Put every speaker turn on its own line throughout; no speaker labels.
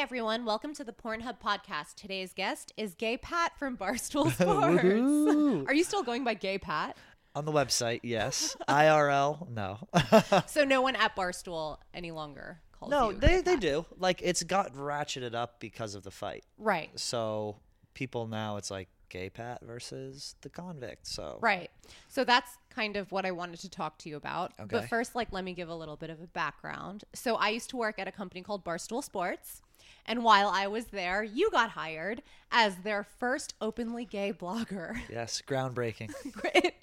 everyone. Welcome to the Pornhub podcast. Today's guest is Gay Pat from Barstool Sports. Are you still going by Gay Pat?
On the website, yes. IRL, no.
So no one at Barstool any longer calls
no,
you.
they,
Gay
they
Pat.
do. Like, it's got ratcheted up because of the fight.
Right.
So people now, it's like gay Pat versus the convict. So
Right. So that's kind of what I wanted to talk to you about.
Okay.
But first, like, let me give a little bit of a background. So I used to work at a company called Barstool Sports. And while I was there, you got hired as their first openly gay blogger.
yes, groundbreaking.
it,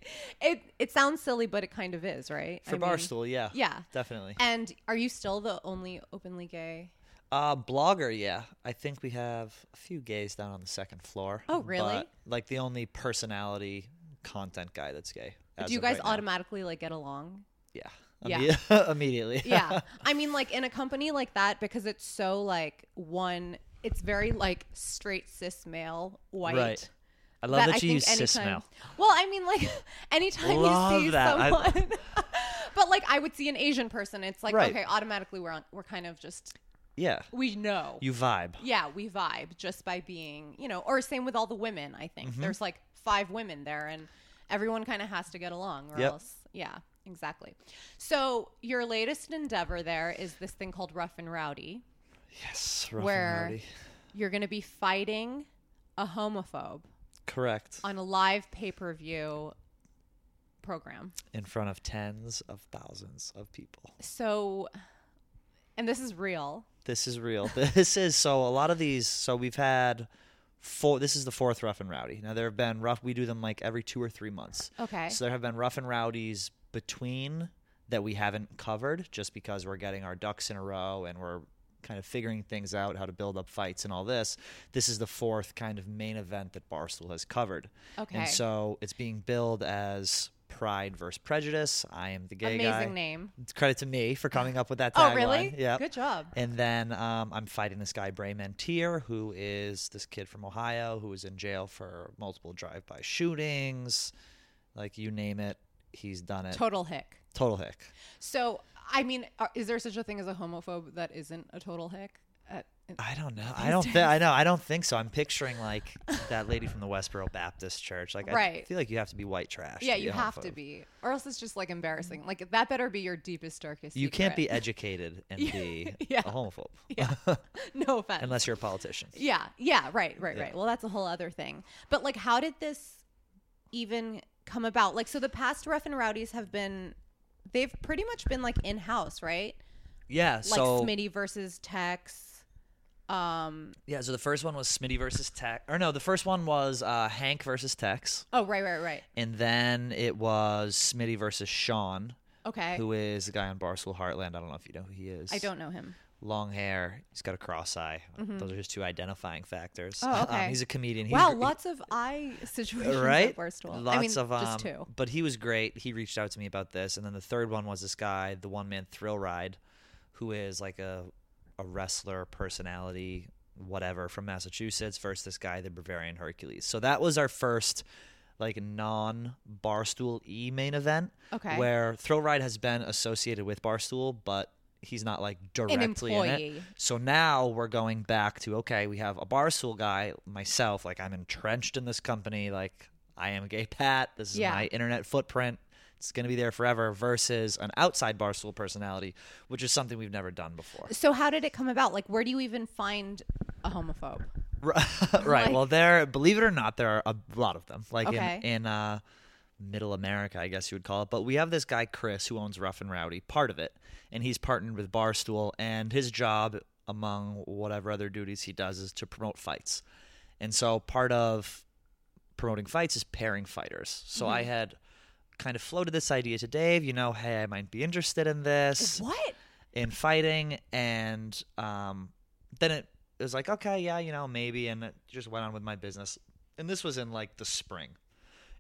it, it sounds silly, but it kind of is, right?
For
I mean-
Barstool, yeah.
yeah.
Definitely.
And are you still the only openly gay?
Uh, blogger, yeah. I think we have a few gays down on the second floor.
Oh, really?
but, like the only personality content guy that's gay. as
Do you
of
guys
right now.
automatically like get along?
Yeah.
Yeah.
Imme- immediately.
yeah i mean like in a company like that because it's so like one it's very like straight cis male white
Right. I love that, you use cis
anytime-
now.
well i mean like anytime
Love
you see
that. I-
someone but like i would see an asian person it's like
Right.
okay automatically we're on we're kind of just
Yeah.
we know
You vibe.
yeah we vibe just by being you know or same with all the women i think
Mm-hmm.
there's like five women there and everyone kind of has to get along or
Yep.
else yeah exactly so your latest endeavor there is this thing called rough and rowdy
Yes. Rough
Where-
and rowdy.
you're going to be fighting a homophobe
Correct.
on a live pay-per-view program
In front of tens of thousands of people.
so and this is real
This is real. This is so a lot of these. So we've had four. This is the fourth rough and rowdy. Now there have been rough. We do them like every two or three months.
okay
So there have been rough and rowdies between that we haven't covered just because we're getting our ducks in a row and we're kind of figuring things out how to build up fights and all this. This is the fourth kind of main event that Barstool has covered.
okay
And so it's being billed as Pride versus Prejudice. I am the gay
amazing
guy.
name
Credit to me for coming up with that tagline.
oh really
Yeah.
good job
And then um, I'm fighting this guy, Bray Mantier, who is this kid from Ohio who was in jail for multiple drive by shootings. Like, you name it, he's done it.
total hick
Total hick.
So, I mean, are, is there such a thing as a homophobe that isn't a total hick? Uh,
I don't know. I
These
don't think.
days.
I know. I don't think so. I'm picturing like that lady from the Westboro Baptist Church. Like, I
Right.
feel like you have to be white trash.
yeah,
to be
you
a
have to
homophobe.
be, or else it's just like embarrassing. Like that better be your deepest, darkest.
You can't be
secret.
educated and
Yeah.
be
Yeah.
a homophobe
yeah. No offense.
unless you're a politician.
yeah. Yeah. Right. Right.
Yeah.
Right. Well, that's a whole other thing. But like, how did this even come about? Like, so the past rough and rowdies have been, they've pretty much been like in house, right?
Yeah.
Like
so
Smitty versus Tex. Um.
yeah. So the first one was Smitty versus Tex, or no, the first one was uh, Hank versus Tex.
Oh, right. Right. Right.
And then it was Smitty versus Sean,
Okay.
who is the guy on Barstool Heartland. I don't know if you know who he is.
I don't know him.
Long hair. He's got a cross eye. Those are his two identifying factors.
Oh, okay.
um, he's a comedian. He's
Wow,
gr-
lots of eye situations
right?
at Barstool.
Lots
I mean,
of um,
just two.
But he was great. He reached out to me about this. And then the third one was this guy, the one man thrill ride, who is like a a wrestler personality, whatever, from Massachusetts, versus this guy, the Bavarian Hercules. So that was our first like non Barstool E main event.
Okay.
Where Thrill Ride has been associated with Barstool, but he's not like directly
An
in it.
employee.
So now we're going back to okay, we have a barstool guy, myself, like I'm entrenched in this company, like I am gay Pat, this is
Yeah.
my internet footprint. It's gonna be there forever versus an outside barstool personality, which is something we've never done before.
So how did it come about? Like, where do you even find a homophobe?
right.
Like-
well, there, believe it or not, there are a lot of them. Like
Okay.
in, in uh, middle America, I guess you would call it. But we have this guy, Chris, who owns Rough and Rowdy, part of it. And he's partnered with Barstool. And his job, among whatever other duties he does, is to promote fights. And so part of promoting fights is pairing fighters. So
Mm-hmm.
I had kind of floated this idea to Dave, you know, hey, I might be interested in this
What?
in fighting and um, then it, it was like okay yeah you know maybe and it just went on with my business and this was in like the spring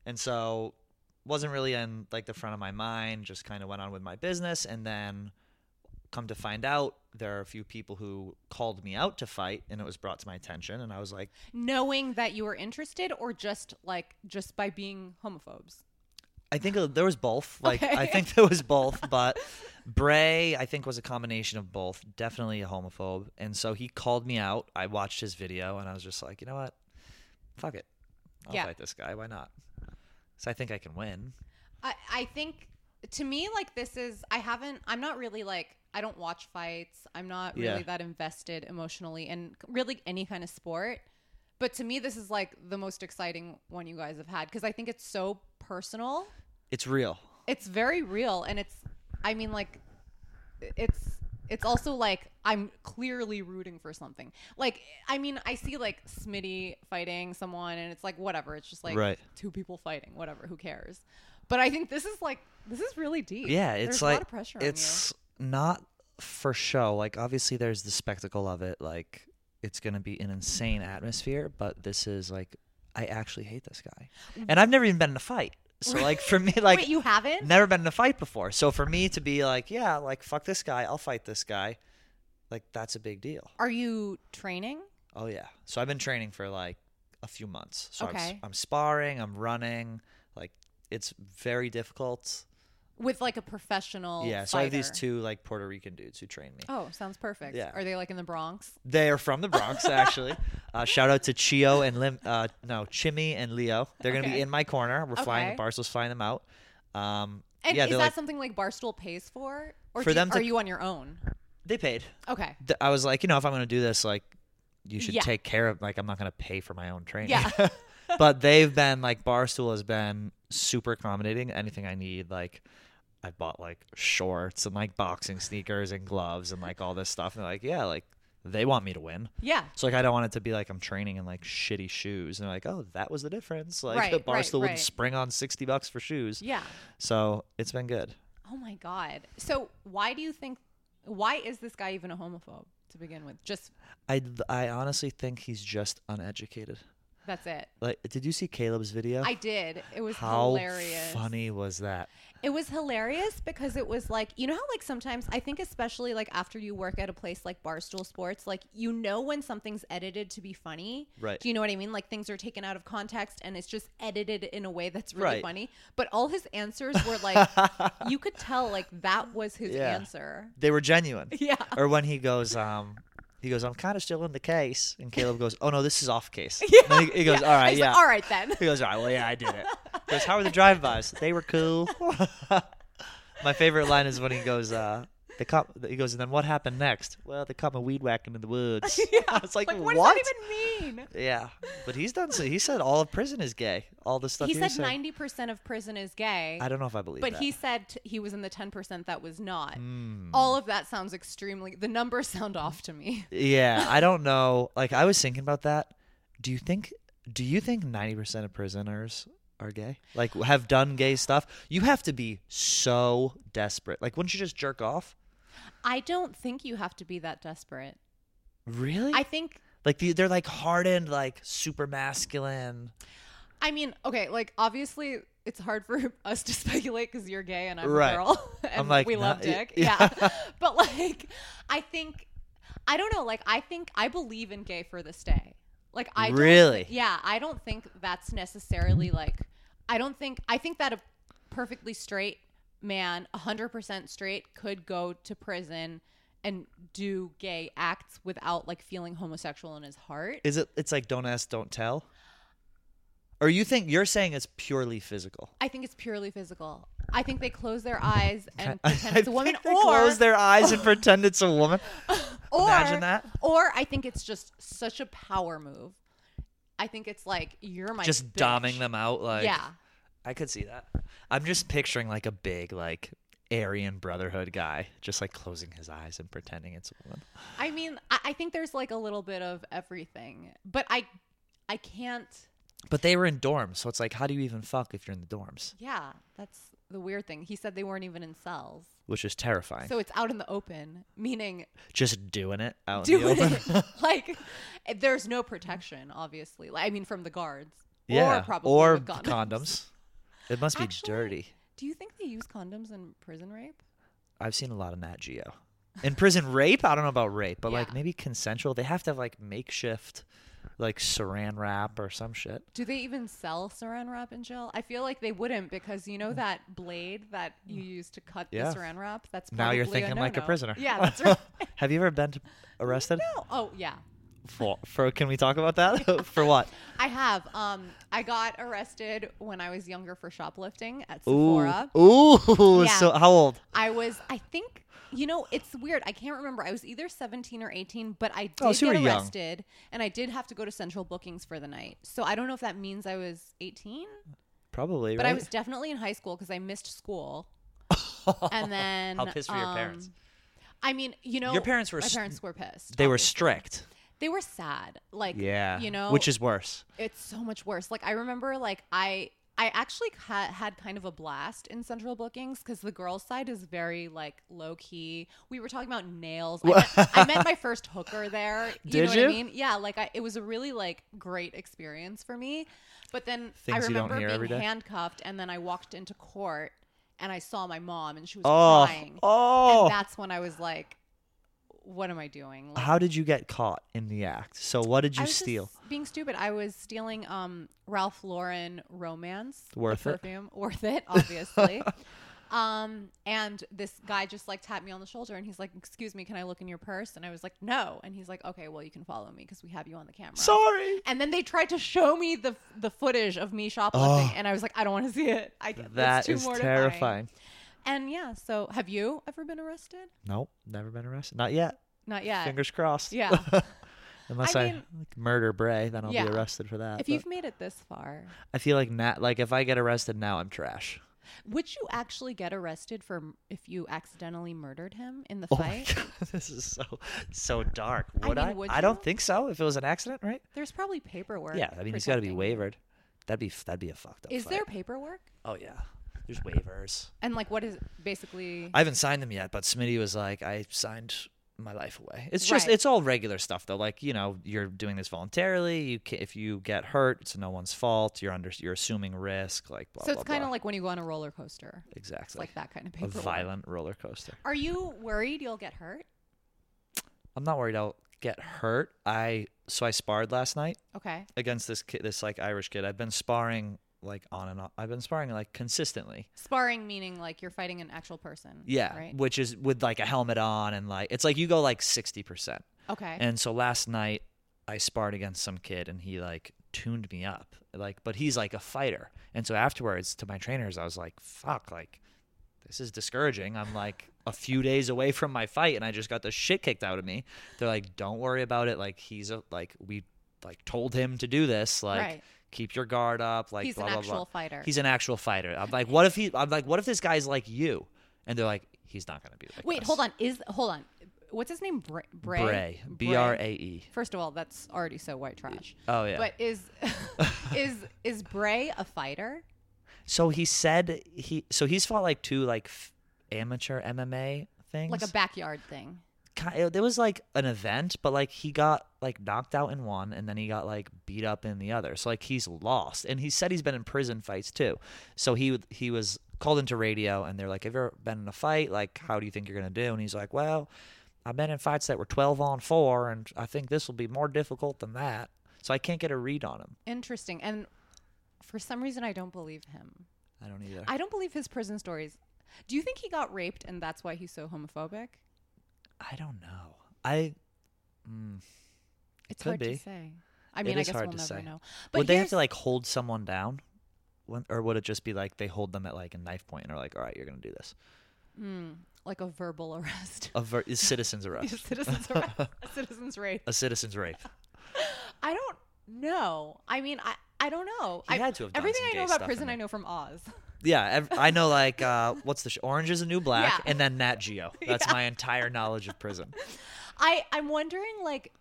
and so wasn't really in like the front of my mind just kind of went on with my business and then come to find out there are a few people who called me out to fight and it was brought to my attention and i was like
Knowing that you were interested, or just like just by being homophobes?
I think there was both. Like I
Okay.
think there was both, but Bray, I think, was a combination of both. Definitely a homophobe, and so he called me out. I watched his video, and I was just like, you know what? Fuck it. I'll
Yeah.
fight this guy. Why not? So I think I can win.
I, I think to me, like this is I haven't I'm not really like I don't watch fights. I'm not really
Yeah.
that invested emotionally in really any kind of sport. But to me, this is like the most exciting one you guys have had because I think it's so personal.
It's real.
It's very real, and it's I mean like it's it's also like I'm clearly rooting for something. Like I mean, I see like Smitty fighting someone, and it's like whatever. It's just like
Right.
two people fighting, whatever. Who cares? But I think this is like this is really deep.
Yeah, it's
There's
like
a lot of pressure.
it's not for show. Like obviously there's the spectacle of it. Like it's going to be an insane atmosphere, but this is like I actually hate this guy. And I've never even been in a fight. So like for me
on you.
like
Wait, you haven't?
never been in a fight before. So for me to be like, yeah, like fuck this guy, I'll fight this guy. Like that's a big deal.
Are you training?
Oh yeah. So I've been training for like a few months. So I'm, s-
Okay.
I'm sparring, I'm running, like it's very difficult.
With like a professional.
yeah, so I have these
fighter?
two like Puerto Rican dudes who train me.
Oh, sounds perfect.
Yeah.
Are they like in the Bronx?
They are from the Bronx, actually. uh, shout out to Chio and Lim, uh, no Chimmy and Leo. They're gonna
Okay.
be in my corner. We're flying.
Okay.
Barstool's flying them out. Um,
And
yeah,
is
they're
that
like
something like Barstool pays for? Or
For
do-
them to-
are you on your own?
they paid.
Okay.
Th- I was like, you know, if I'm gonna do this, like, you should
Yeah.
take care of. Like, I'm not gonna pay for my own training.
Yeah.
but they've been like Barstool has been super accommodating. Anything I need, like. I bought like shorts and like boxing sneakers and gloves and like all this stuff. And they're like, yeah, like they want me to win.
Yeah.
So like I don't want it to be like I'm training in like shitty shoes. And they're like, oh, that was the difference. Like
Right, right,
Barstool
right.
wouldn't spring on sixty bucks for shoes.
Yeah.
So it's been good.
Oh my God. So why do you think? Why is this guy even a homophobe to begin with? Just
I I honestly think he's just uneducated.
that's it.
Like, did you see Caleb's video?
I did. It was
How
hilarious.
funny was that?
It was hilarious because it was like you know how like sometimes I think especially like after you work at a place like Barstool Sports, like you know when something's edited to be funny.
Right.
Do you know what I mean? Like things are taken out of context and it's just edited in a way that's really
Right.
funny. But all his answers were like you could tell like that was his
Yeah.
answer.
They were genuine.
Yeah.
Or when he goes, um, he goes, I'm kind of still in the case, and Caleb goes, Oh no, this is off case. And then he, he goes, All right,
He's
yeah.
like, All right then.
He goes, all right, well, yeah, I did it. He goes, how were the drive-bys? They were cool. My favorite line is when he goes, uh, they caught, he goes, and then what happened next? Well, they caught my weed whacking in the woods. I was like,
what,
what?
does that even mean?
yeah. But he's done, so he said all of prison is gay. All the stuff
He
he, was
said
saying.
ninety percent of prison is gay,
I don't know if I believe
but
that. Hmm.
he said t- he was in the ten percent that was not. All of that sounds extremely. The numbers sound off to me.
Yeah, I don't know. Like, I was thinking about that. Do you think, do you think 90% of prisoners are gay? Like, have done gay stuff? You have to be so desperate. Like, wouldn't you just jerk off?
I don't think you have to be that desperate.
Really?
I think.
Like the, they're like hardened, like super masculine.
I mean, okay, like obviously it's hard for us to speculate because you're gay and I'm
Right.
a girl and
I'm like,
we love
nah, y-
dick.
yeah.
yeah, but like, I think I don't know. Like, I think I believe in gay for this day. Like, I don't
really?
Yeah, I don't think that's necessarily like I don't think I think that a perfectly straight man, 100% straight could go to prison and do gay acts without like feeling homosexual in his heart.
Is it? It's like don't ask, don't tell. Or you think you're saying it's purely physical?
I think it's purely physical. I think they close their eyes and pretend
I
it's a woman
think they
or
close their eyes and pretend it's a woman.
or
Imagine that.
or I think it's just such a power move. I think it's like you're my
just
bitch.
doming them out. Like
Yeah.
I could see that. I'm just picturing like a big like Aryan Brotherhood guy, just like closing his eyes and pretending it's a woman.
I mean, I, I think there's like a little bit of everything, but I, I can't.
But they were in dorms, so it's like, how do you even fuck if you're in the dorms?
Yeah, that's the weird thing. He said they weren't even in cells,
Which is terrifying.
so it's out in the open, meaning
just doing it out in the
doing
open.
it like there's no protection, obviously. Like, I mean, from the guards,
Yeah,
or probably
or
with
condoms.
condoms.
It must be
Actually-
dirty.
Do you think they use condoms in prison rape?
I've seen a lot of Nat Geo. In prison rape, I don't know about rape, but
Yeah.
like maybe consensual. They have to have like makeshift like saran wrap or some shit.
Do they even sell saran wrap in jail? I feel like they wouldn't because you know
Mm.
that blade that you use to cut
Yeah.
the saran wrap. That's
Mm. Now you're
probably
thinking like a
no-no.
prisoner.
Yeah, that's right.
Have you ever been t- arrested?
no, oh yeah,
For, for can we talk about that? for what?
I have. Um, I got arrested when I was younger for shoplifting at
Ooh,
Sephora.
ooh.
Yeah.
So how old?
I was, I think, you know, it's weird. I can't remember. I was either 17 or 18, but I did
Oh, so you
get
were young.
arrested and I did have to go to central bookings for the night. So I don't know if that means I was 18,
Probably.
but
right?
I was definitely in high school because I missed school. and then
How pissed were your parents?
um, I mean, you know,
Your parents were
my
s-
parents were pissed.
They were
obviously.
strict.
they were sad. Like,
Yeah.
you know,
which is worse.
it's so much worse. Like I remember, like I I actually ha- had kind of a blast in Central Bookings because the girls' side is very like low key. We were talking about nails. I met, I met my first hooker there. You
Did
know
you?
what I mean? Yeah, like I, it was a really like great experience for me. But then I
Things you don't
remember
hear every
being
day.
handcuffed, and then I walked into court and I saw my mom, and she was
Oh,
crying.
oh.
And that's when I was like, "What am I doing?" Like,
How did you get caught in the act? So what did
I
you
was just
steal?
being stupid. I was stealing um Ralph Lauren romance. the
Worth it.
perfume. Worth it, obviously. um, and this guy just like tapped me on the shoulder and he's like, "Excuse me, can I look in your purse?" And I was like, "No." And he's like, "Okay, well you can follow me because we have you on the camera."
Sorry.
and then they tried to show me the the footage of me shoplifting,
Oh.
and I was like, "I don't want to see it." I that's
That
too
is
mortifying.
terrifying.
And yeah, so have you ever been arrested?
Nope, never been arrested. Not yet.
Not yet.
Fingers crossed.
Yeah.
Unless
I
I,
mean-
like, murder Bray, then I'll
Yeah.
be arrested for that.
if
but
you've made it this far,
I feel like not like if I get arrested now, I'm trash.
Would you actually get arrested for m- if you accidentally murdered him in the
Oh my
fight?
god, this is so so dark.
I
Would
mean,
I?
would
I
you?
don't think so. If it was an accident, right?
There's probably paperwork.
yeah. I mean, it's got to be
protecting-
wavered. That'd be that'd be a fucked up.
Is
fight.
there paperwork?
Oh yeah. There's waivers.
And like, what is basically?
I haven't signed them yet, but Smitty was like, I signed my life away. It's just,
Right.
it's all regular stuff though. Like, you know, you're doing this voluntarily. You ca if you get hurt, it's no one's fault. You're under, you're assuming risk. Like, blah,
so it's
blah,
kind of
blah.
like when you go on a roller coaster. It's
exactly
like that kind of
a
paperwork.
violent roller coaster.
Are you worried you'll get hurt?
I'm not worried I'll get hurt. I, so I sparred last night
Okay.
against this kid, this like Irish kid. I've been sparring like on and off. I've been sparring like consistently.
Sparring meaning like you're fighting an actual person.
Yeah.
Right.
Which is with like a helmet on and like, it's like you go like 60%.
Okay.
And so last night I sparred against some kid and he like tuned me up. Like but he's like a fighter. And so afterwards to my trainers I was like, fuck, like this is discouraging. I'm like a few days away from my fight and I just got the shit kicked out of me. They're like, don't worry about it. Like he's a like we like told him to do this. Like
Right.
keep your guard up. Like
He's
blah
an
blah
actual
blah.
fighter.
He's an actual fighter. I'm like, what if he I'm like, what if this guy's like you? And they're like, he's not gonna be like
Wait,
this."
hold on. Is hold on. What's his name? Bra- Bray.
Bray. B R A E.
First of all, that's already so white trash.
Oh yeah.
But is is is Bray a fighter?
So he said he so he's fought like two like f- amateur MMA things.
Like a backyard thing.
Ki- it was like an event, but like he got like knocked out in one, and then he got like beat up in the other. So like he's lost, and he said he's been in prison fights too. So he would- he was called into radio, and they're like, "Have you ever been in a fight? Like, how do you think you're gonna do?" And he's like, "Well, I've been in fights that were twelve on four, and I think this will be more difficult than that." So I can't get a read on him.
Interesting. And for some reason, I don't believe him.
I don't either.
I don't believe his prison stories. Do you think he got raped and that's why he's so homophobic?
I don't know. I. Mm.
It's
Could
hard
be.
to say. I mean, I
is
guess
hard
we'll
to
never
say.
know. But
would they have
here's-
to like hold someone down, when, or would it just be like they hold them at like a knife point and are like, "All right, you're gonna do this."
Mm, like a verbal arrest,
A ver- is citizen's
a
arrest,
citizen's arrest, a citizen's rape?
a citizen's rape.
I don't know. I mean, I I don't know.
He
I,
had to have done
everything
some
I
gay
know about
stuff
prison.
in
I
it.
know from Oz.
Yeah, ev- I know. Like, uh, what's the sh- Orange is the New Black,
Yeah.
and then Nat Geo. That's my entire knowledge of prison.
I I'm wondering like.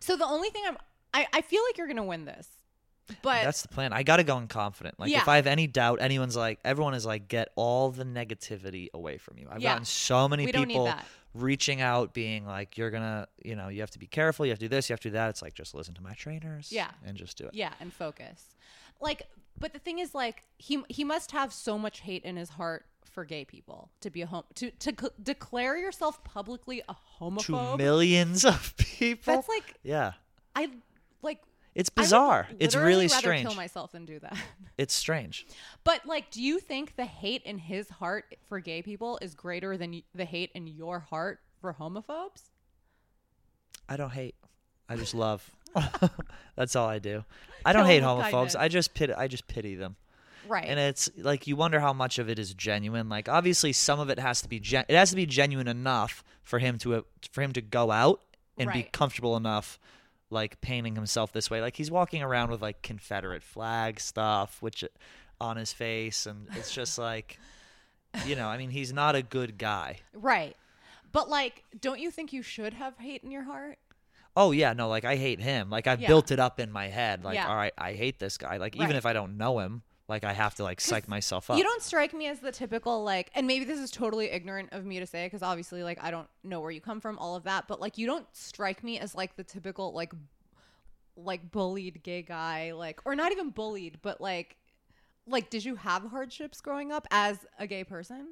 So the only thing I'm I I feel like you're gonna win this, but
That's the plan. I gotta go in confident. Like,
Yeah.
if I have any doubt, anyone's like, everyone is like, get all the negativity away from you. I've
Yeah.
gotten so many
We don't need
people
that.
reaching out, being like, you're gonna, you know, you have to be careful. You have to do this. You have to do that. It's like just listen to my trainers.
Yeah.
and just do it.
Yeah, and focus. Like, but the thing is, like, he he must have so much hate in his heart for gay people to be a home to to c- declare yourself publicly a
to
homophobe.
millions of people.
That's like
yeah.
I like
It's
I would
bizarre. It's
literally
really
rather
strange.
Kill myself than do that.
It's strange.
But like, do you think the hate in his heart for gay people is greater than y- the hate in your heart for homophobes?
I don't hate. I just love. That's all I do. I don't
Kill
hate
them with
homophobes.
kindness.
I just pity. I just pity them.
Right.
And it's like you wonder how much of it is genuine. Like obviously some of it has to be gen- it has to be genuine enough for him to uh, for him to go out and be
Right.
comfortable enough like painting himself this way. Like he's walking around with like Confederate flag stuff which uh, on his face and it's just like you know, I mean he's not a good guy.
right. But like, don't you think you should have hate in your heart?
Oh yeah, no, like I hate him. Like I've
Yeah.
built it up in my head. Like
Yeah.
all right, I hate this guy. Like
Right.
even if I don't know him, like I have to like psych myself up.
You don't strike me as the typical like, and maybe this is totally ignorant of me to say because obviously like I don't know where you come from, all of that. But like, you don't strike me as like the typical like, like bullied gay guy, like or not even bullied, but like, like did you have hardships growing up as a gay person?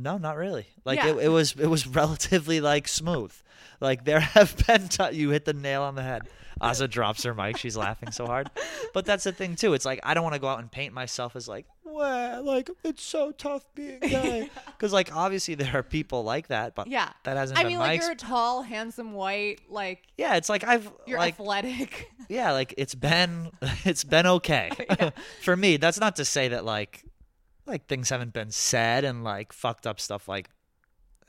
No, not really. Like
Yeah.
it, it was it was relatively like smooth. Like there have been ti- you hit the nail on the head. Aza drops her mic. She's laughing so hard. But that's the thing too. It's like I don't want to go out and paint myself as like, well, like it's so tough being gay. Because like obviously there are people like that, but
Yeah.
that hasn't
I
been
mean,
my.
like
ex-
you're a tall, handsome, white, like
yeah, it's like I've
you're
like
athletic.
yeah, like it's been it's been okay for me. That's not to say that like like things haven't been said and like fucked up stuff like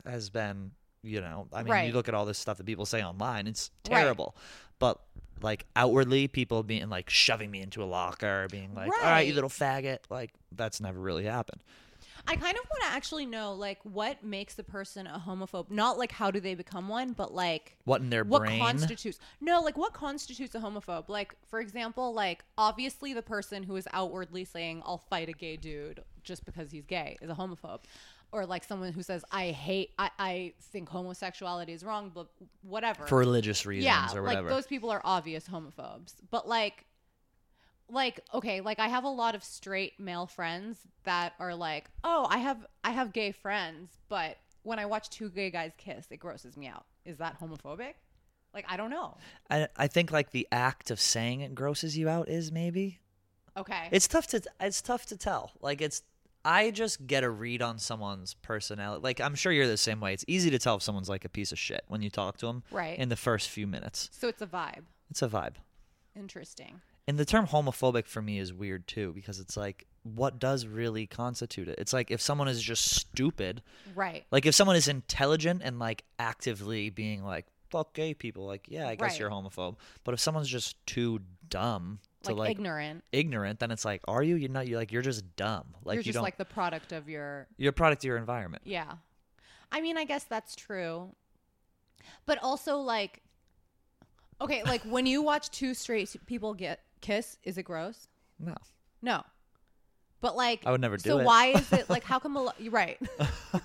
has been you know. I mean, you
Right.
look at all this stuff that people say online; it's
Right.
terrible. But like outwardly, people being like shoving me into a locker, being like, "All right, you
Right.
little faggot," like that's never really happened.
I kind of want to actually know like what makes a person a homophobe. Not like how do they become one, but like
What in their
what
brain?
constitutes no like what constitutes a homophobe like for example like obviously the person who is outwardly saying i'll fight a gay dude just because he's gay is a homophobe or like someone who says i hate i, I think homosexuality is wrong but whatever
for religious reasons
yeah
or
like
whatever.
those people are obvious homophobes but like like okay like i have a lot of straight male friends that are like oh i have i have gay friends but when i watch two gay guys kiss it grosses me out is that homophobic like i don't know
I, I think like the act of saying it grosses you out is maybe
okay
It's tough to it's tough to tell. Like it's I just get a read on someone's personality. Like I'm sure you're the same way. It's easy to tell if someone's like a piece of shit when you talk to them
Right.
in the first few minutes.
so it's a vibe
It's a vibe.
interesting
And the term homophobic for me is weird too because it's like what does really constitute it? It's like if someone is just stupid,
right
like if someone is intelligent and like actively being like fuck gay people, like yeah, I guess
Right.
you're a homophobe. But if someone's just too dumb to
like,
like,
ignorant
ignorant, then it's like are you? You're not. You're like you're just dumb. Like
you're
you
just
don't
like the product of your
You're a product of your environment.
Yeah. I mean, I guess that's true. But also like Okay, like when you watch two straight s- people get kiss, is it gross?
No.
No. But like
I would never
So
do it.
why is it like how come a lo- you're right.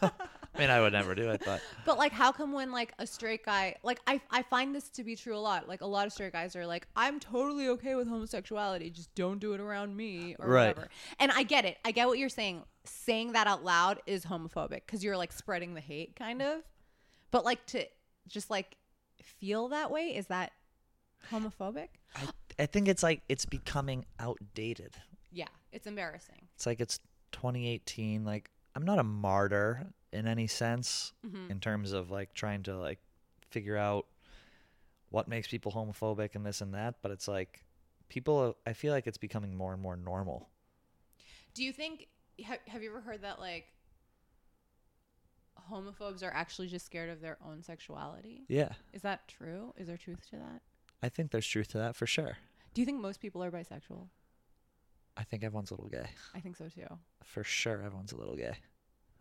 I mean, I would never do it, but
But like how come when like a straight guy like I I find this to be true a lot. Like a lot of straight guys are like I'm totally okay with homosexuality, just don't do it around me or
Right.
whatever. And I get it. I get what you're saying. Saying that out loud is homophobic cuz you're like spreading the hate kind of. But like to just like feel that way is that homophobic?
I, I think it's like it's becoming outdated.
Yeah, it's embarrassing.
It's like it's 2018. Like I'm not a martyr in any sense
Mhm.
in terms of like trying to like figure out what makes people homophobic and this and that, but it's like people. I feel like it's becoming more and more normal.
Do you think have, have you ever heard that like homophobes are actually just scared of their own sexuality?
Yeah,
Is that true? Is there truth to that?
I think there's truth to that for sure.
Do you think most people are bisexual?
I think everyone's a little gay.
I think so too.
For sure, everyone's a little gay.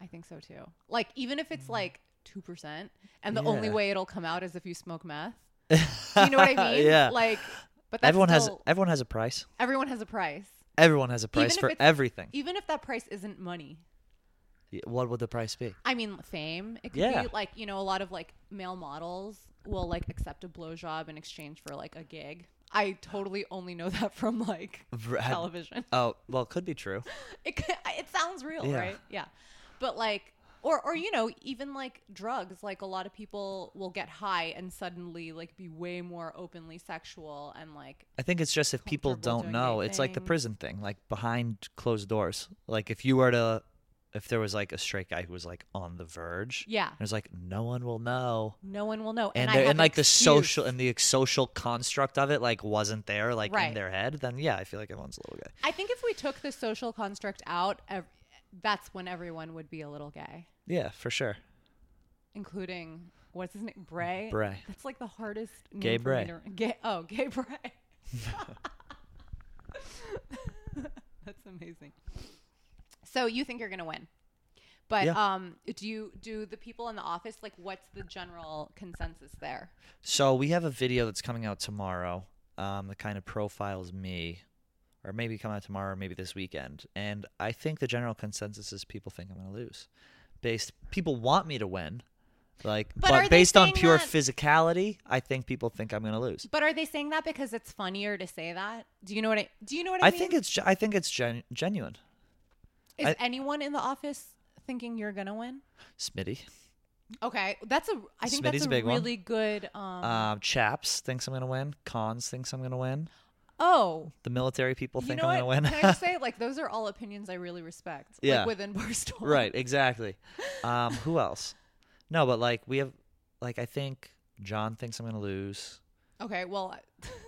I think so too. Like even if it's like 2% and the only
Mm. Yeah.
way it'll come out is if you smoke meth. Do you know what I mean?
yeah.
Like but that's
everyone has e-
still-
everyone has a price.
everyone has a price.
Everyone has a price
if
for
it's- e
everything.
Even if that price isn't money.
Yeah, What would the price be?
I mean fame. It could
Yeah.
be like, you know, a lot of like male models will like accept a blowjob in exchange for like a gig. I totally only know that from like
Ver- had-
television.
Oh, well, could be true.
It, could- it sounds real,
Yeah.
right? Yeah. But like or or you know even like drugs like a lot of people will get high and suddenly like be way more openly sexual and like
I think it's just if people
comfortable doing
don't know, it's like the
anything.
prison thing, like behind closed doors. Like if you were to, if there was like a straight guy who was like on the verge,
yeah
and it's like no one will know,
no one will know
and
I
there-
have
and
an
like the social
excuse.
and the social construct of it like wasn't there like in
Right.
their head, then yeah, I feel like everyone's a little gay.
I think if we took the social construct out ev- that's when everyone would be a little gay
Yeah, for sure.
including what's his name Bray
Bray.
that's like the hardest name
Gay
for me
Bray.
to- gay oh gay Bray that's amazing so you think you're gonna win but
Yeah.
um do you do the people in the office like what's the general consensus there
So we have a video that's coming out tomorrow um, that kind of profiles me, or maybe come out tomorrow, or maybe this weekend. And I think the general consensus is people think I'm going to lose. Based, people want me to win, like,
But
but,
are they
based on
saying
pure
that-
physicality, I think people think I'm going to lose.
but are they saying that because it's funnier to say that do you know what I do you know what I,
I,
mean?
think it's, ge- I think it's gen- genuine,
Is
I-
anyone in the office thinking you're gonna win?
Smitty.
Okay, that's a. I think
Smitty's
that's
a
a
big one.
really good. Um,
Um, Chaps thinks I'm going to win. Cons thinks I'm going to win.
oh,
The military people
you
think
know
I'm
what?
going to win.
Can I just say, like, those are all opinions I really respect.
Yeah.
Like within Barstool.
Right, exactly. Um, who else? No, but like we have, like I think John thinks I'm gonna lose.
Okay. Well. I-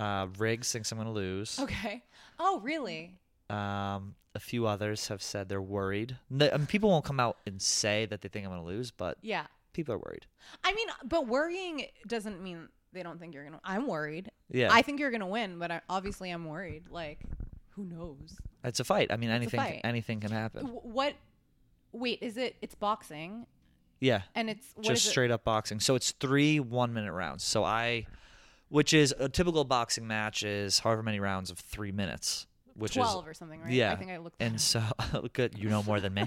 Uh, Riggs thinks I'm gonna lose.
Okay. Oh, really?
Um, a few others have said they're worried. No, and people won't come out and say that they think I'm gonna lose, but
Yeah.
people are worried.
I mean, but worrying doesn't mean they don't think you're gonna. I'm worried.
Yeah,
I think you're gonna win, but I, obviously I'm worried. Like, who knows?
it's a fight. I mean, anything,
fight.
anything can happen.
Wh- What? Wait, is it? It's boxing,
Yeah,
and it's what
just
is it?
straight up boxing. So it's three one minute rounds. So I, which is a typical boxing match is however many rounds of three minutes, which is
twelve or something, right?
Yeah.
I think I looked. That
And
up.
so, good, you know more than me.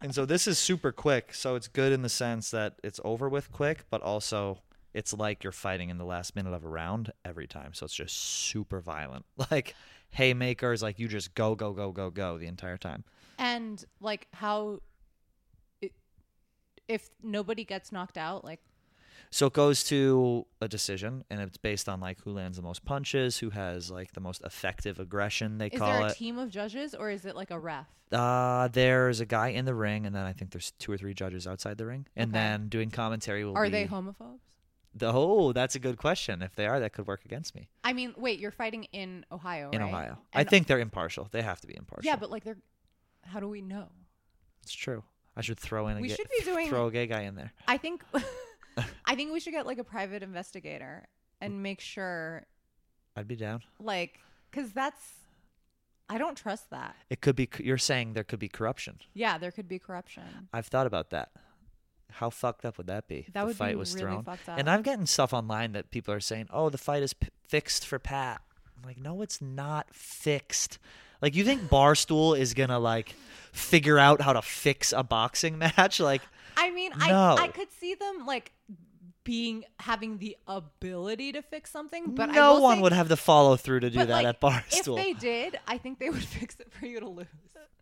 and so this is super quick. So it's good in the sense that it's over with quick, but also it's like you're fighting in the last minute of a round every time. So it's just super violent. Like haymakers, like you just go, go, go, go, go the entire time.
And like how it, if nobody gets knocked out, like
So it goes to a decision, and it's based on like who lands the most punches, who has like the most effective aggression. They
is
call
there a
it.
team of judges or is it like a ref?
Uh, there's a guy in the ring, and then I think there's two or three judges outside the ring, and
Okay.
then doing commentary will
Are
be
they homophobes?
The- Oh, that's a good question. If they are, that could work against me
I mean, wait, you're fighting in Ohio,
in
right?
Ohio. I
And-
think they're impartial. They have to be impartial.
Yeah, but like they're how do we know?
it's true. I should throw in. A
We
gay,
should be doing-
throw a gay guy in there.
I think I think we should get like a private investigator and make sure
I'd be down.
like cuz that's I don't trust that.
It could be. c- You're saying there could be corruption.
Yeah, there could be corruption.
I've thought about that. How fucked up would that be? if
That
the
would
fight
be
was
really
thrown.
fucked up.
And I'm getting stuff online that people are saying, "Oh, the fight is p- fixed for Pat." I'm like, no, it's not fixed. Like, you think Barstool is gonna like figure out how to fix a boxing match? Like,
I mean,
No.
I I could see them like being having the ability to fix something, but I
no
will
one
say,
would have the follow through to do
but,
that
like,
at Barstool.
If they did, I think they would fix it for you to lose.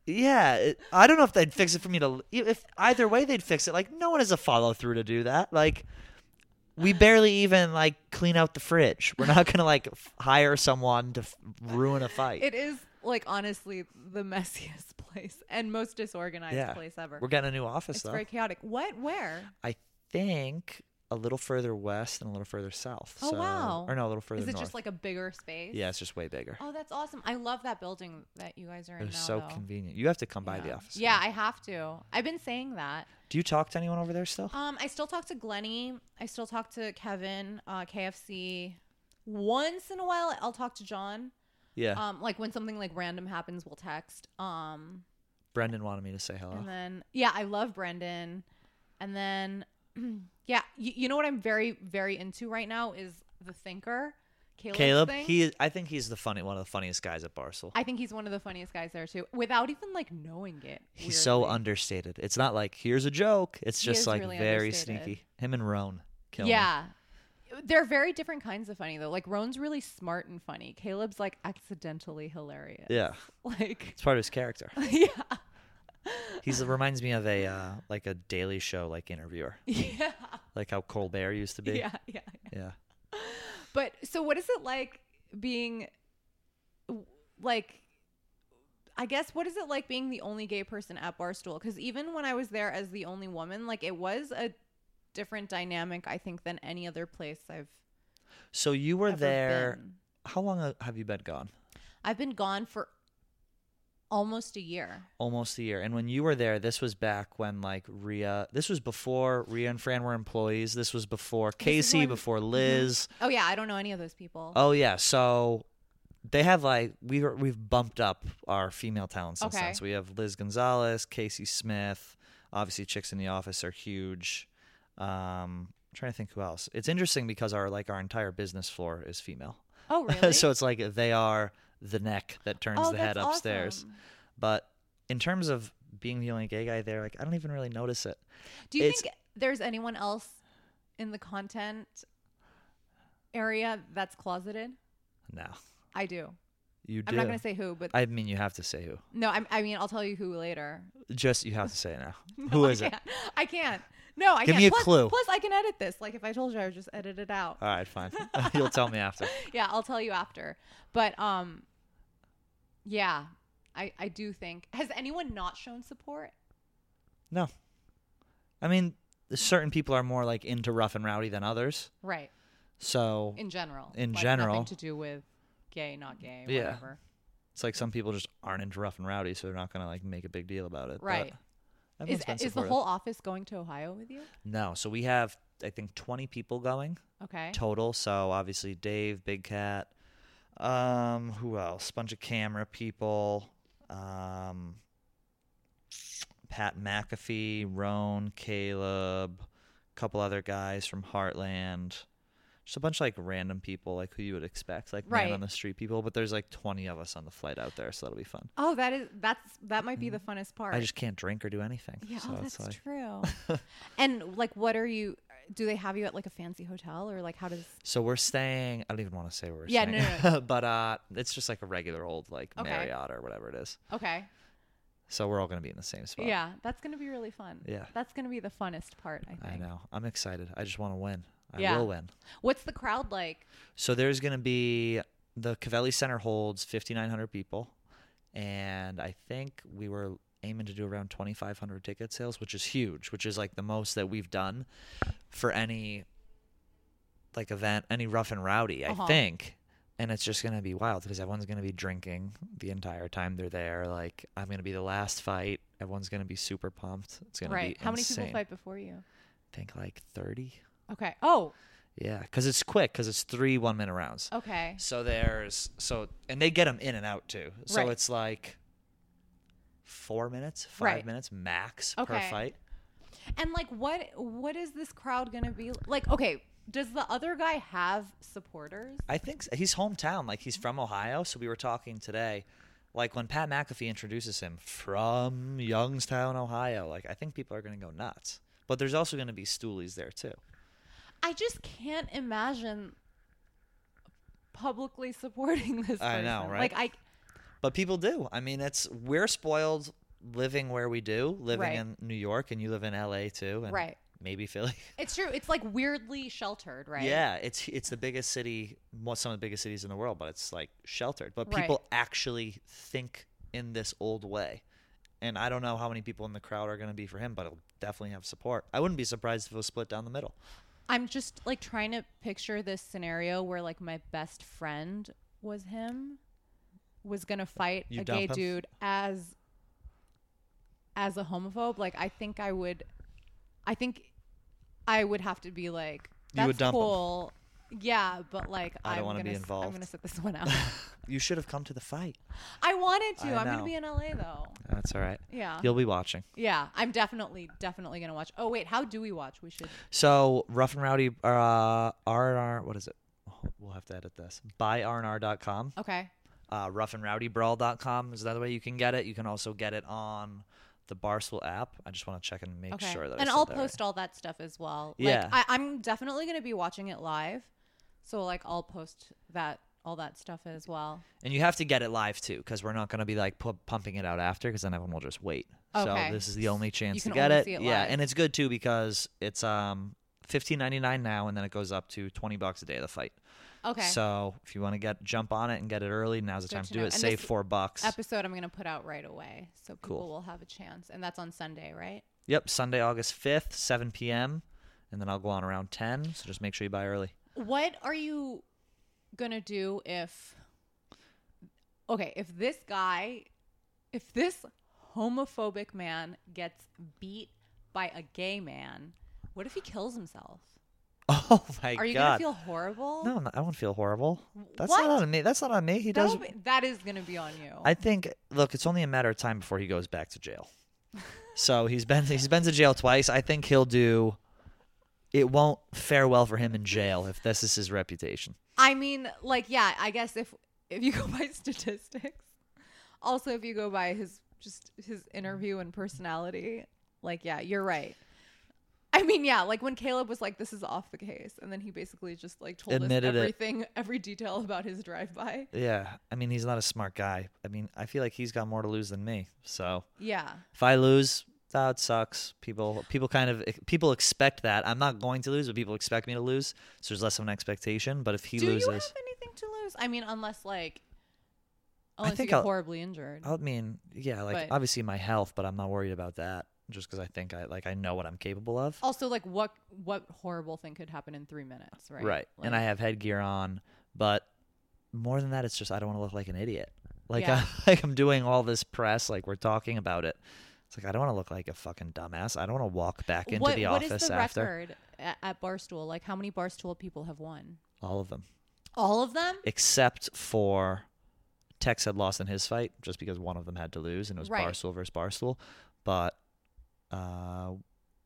yeah, it, I don't know if they'd fix it for me to. e, If either way, they'd fix it. Like no one has a follow through to do that. Like we barely even like clean out the fridge. We're not gonna like f- hire someone to f- ruin a fight.
It is like honestly the messiest place and most disorganized
yeah,
place ever.
we're getting a new office
It's
though.
very chaotic. What? Where?
I think a little further west and a little further south.
Oh,
so-
wow.
Or no, a little further
Is it
north.
just like a bigger space?
yeah, it's just way bigger.
Oh, that's awesome. I love that building that you guys are in
It was
now.
so
though.
convenient. You have to come by
yeah.
the office.
Yeah, I have to. I've been saying that.
Do you talk to anyone over there still?
Um, I still talk to Glenny. I still talk to Kevin, uh, KFC. Once in a while, I'll talk to John.
yeah.
Um, like when something like random happens, we'll text. Um,
Brendan wanted me to say hello.
and then yeah, I love Brendan. And then yeah, you, you know what I'm very very into right now is the Thinker, Caleb's
Caleb,
thing.
he I think he's the funny one of the funniest guys at Barcel.
I think he's one of the funniest guys there too, without even like knowing it.
He's so
weirdly.
understated. It's not like here's a joke. It's
He
just
is
like
really
very
understated.
sneaky. Him and Roan kill me.
yeah. They're very different kinds of funny though. Like Roan's really smart and funny. Caleb's like accidentally hilarious.
Yeah.
Like
It's part of his character.
yeah.
He's reminds me of a uh, like a Daily Show like interviewer,
yeah.
like how Colbert used to be.
yeah, yeah, yeah.
Yeah.
But so, what is it like being, w- like, I guess what is it like being the only gay person at Barstool? Because even when I was there as the only woman, like it was a different dynamic, I think, than any other place I've
So you were
ever
there.
been.
How long uh, have you been gone?
I've been gone for almost a year.
Almost a year. And when you were there, this was back when like Rhea. This was before Rhea and Fran were employees. This was before Casey,
when-
before Liz.
Oh yeah, I don't know any of those people.
Oh yeah, so they have like we were- we've bumped up our female talent since then.
Okay.
So we have Liz Gonzalez, Casey Smith. Obviously, chicks in the office are huge. Um, trying to think who else. It's interesting because our like our entire business floor is female.
Oh, really?
so it's like they are the neck that turns
Oh,
the head
that's
upstairs.
awesome.
But in terms of being the only gay guy there, like I don't even really notice it.
Do you
It's-
think there's anyone else in the content area that's closeted?
No,
I do.
you do.
I'm not going to say who, but
I mean, you have to say who.
no, I'm, I mean, I'll tell you who later.
Just you have to say it now.
No,
who
I
is it?
can't. I can't. No, I
Give
can't.
me a
plus,
clue.
Plus, I can edit this. Like, if I told you, I would just edit it out.
All right, fine. You'll tell me after.
yeah, I'll tell you after. But um, yeah, I I do think has anyone not shown support?
No. I mean, certain people are more like into rough and rowdy than others.
Right.
So
In general.
In
Like,
general.
Nothing to do with gay, not gay,
Yeah.
whatever.
it's like some people just aren't into rough and rowdy, so they're not going to like make a big deal about it. But
Right. Is
everyone's been
is the
supportive.
whole office going to Ohio with you?
No. So we have, I think, 20 people going
Okay.
total. So obviously Dave, Big Cat, um, who else? Bunch of camera people, um, Pat McAfee, Roan, Caleb, a couple other guys from Heartland. Just a bunch of like random people, like who you would expect, like man
Right.
on the street people. But there's like 20 of us on the flight out there, so that'll be fun.
Oh, that is that's that might be the funnest part.
Mm-hmm. I just can't drink or do anything.
yeah,
so
oh,
it's
that's
like,
true. and like, what are you? Do they have you at like a fancy hotel or like how does?
So we're staying. I don't even want to say where we're
Yeah,
staying.
no,
but uh, it's just like a regular old like
Okay.
Marriott or whatever it is.
Okay.
So we're all going to be in the same spot.
Yeah, that's gonna be really fun.
Yeah.
That's gonna be the funnest part. I
I
think.
know. I'm excited. I just want to win. I
Yeah.
will win.
What's the crowd like?
So there's going to be the Cavelli Center holds 5,900 people. And I think we were aiming to do around 2,500 ticket sales, which is huge, which is like the most that we've done for any like event, any rough and rowdy, I
Uh-huh.
think. And it's just going to be wild because everyone's going to be drinking the entire time they're there. Like, I'm going to be the last fight. Everyone's going to be super pumped. It's going to
Right.
be
How many
insane.
people fight before you?
I think like 30.
Okay. Oh,
Yeah, because it's quick, because it's three one minute rounds.
okay.
So there's so and they get them in and out too. So
Right.
it's like four minutes, five
Right.
minutes max per
Okay.
fight.
And like what what is this crowd going to be like? Okay, does the other guy have supporters?
I think s- he's hometown, like he's from Ohio. So we were talking today, like when Pat McAfee introduces him from Youngstown, Ohio. Like I think people are gonna go nuts. But there's also gonna be stoolies there too.
I just can't imagine publicly supporting this person.
I know, right?
Like I
But people do. I mean, it's we're spoiled living where we do, living
Right.
in New York, and you live in L.A. too, and
Right.
maybe Philly.
It's true. It's like weirdly sheltered, right?
Yeah, it's it's the biggest city, well, some of the biggest cities in the world, but it's like sheltered. But
Right.
people actually think in this old way, and I don't know how many people in the crowd are going to be for him, but it'll definitely have support. I wouldn't be surprised if it was split down the middle.
I'm just like trying to picture this scenario where like my best friend was him was going to fight
You
a gay
dump him?
dude as as a homophobe. Like I think I would I think I would have to be like
You
that's
would dump him.
cool. Yeah, but like
I don't
I'm
wanna
gonna
be
s- I'm
involved.
going to sit this one out.
You should have come to the fight.
I wanted to.
I
I'm going to
know.
be in LA though.
That's all right.
Yeah.
You'll be watching.
Yeah, I'm definitely definitely going to watch. Oh wait, how do we watch? We should
So rough and rowdy uh, R and R. What is it? Oh, We'll have to edit this. Buy rnr.com.
Okay.
Uh, roughandrowdybrawl.com is another way you can get it. You can also get it on the Barstool app. I just want to check and make
Okay.
sure that. I
and
said
I'll
that right.
post all that stuff as well.
Yeah.
Like I, I'm definitely gonna be watching it live. So like I'll post that all that stuff as well.
And you have to get it live too, because we're not going to be like pu- pumping it out after, because then everyone will just wait.
Okay.
So this is the only chance
can
to get
only
it.
see it
yeah,
live.
and it's good too because it's um fifteen ninety nine now, and then it goes up to twenty bucks a day of the fight.
Okay.
So if you want to get jump on it and get it early, now's the
Good
time
to
to do
know.
it.
And
Save
this
four bucks.
Episode I'm going to put out right away so people
Cool.
will have a chance. And that's on Sunday, right?
yep, Sunday, August fifth, seven p.m. And then I'll go on around ten. So just make sure you buy early.
What are you going to do if Okay, if this guy if this homophobic man gets beat by a gay man, what if he kills himself?
Oh my
Are you going to
god!
feel horrible?
no, I'm not- I won't feel horrible. That's
What?
not on me. That's not on me. He does.
That'll be, that is going to be on you.
I think look, it's only a matter of time before he goes back to jail. so he's been he's been to jail twice. I think he'll do it won't fare well for him in jail if this is his reputation.
I mean, like, yeah, I guess if if you go by statistics, also if you go by his just his interview and personality, like, yeah, you're right. I mean, yeah, like when Caleb was like, "This is off the case," and then he basically just like told
Admitted
us
it.
everything, every detail about his drive-by.
Yeah. I mean he's not a smart guy. I mean, I feel like he's got more to lose than me. So
Yeah,
if I lose, that sucks. People people kind of e, people expect that. I'm not going to lose, but people expect me to lose. So there's less of an expectation. But if he
do you have
loses
anything to lose? I mean, unless like, unless
think
you get
I'll-
horribly injured.
I mean, yeah, like
But-
obviously my health, but I'm not worried about that just because I think I like I know what I'm capable of.
also, like, what what horrible thing could happen in three minutes? Right.
Right. And I
Like,
have headgear on, but more than that, it's just I don't want to look like an idiot. Like
Yeah.
I, like I'm doing all this press, like we're talking about it. It's like I don't want to look like a fucking dumbass. I don't want to walk back into
what,
the
what
office
is the
after
record at, at Barstool? Like, how many Barstool people have won?
all of them,
All of them?
except for Tex had lost in his fight just because one of them had to lose, and it was
Right.
Barstool versus Barstool. But uh,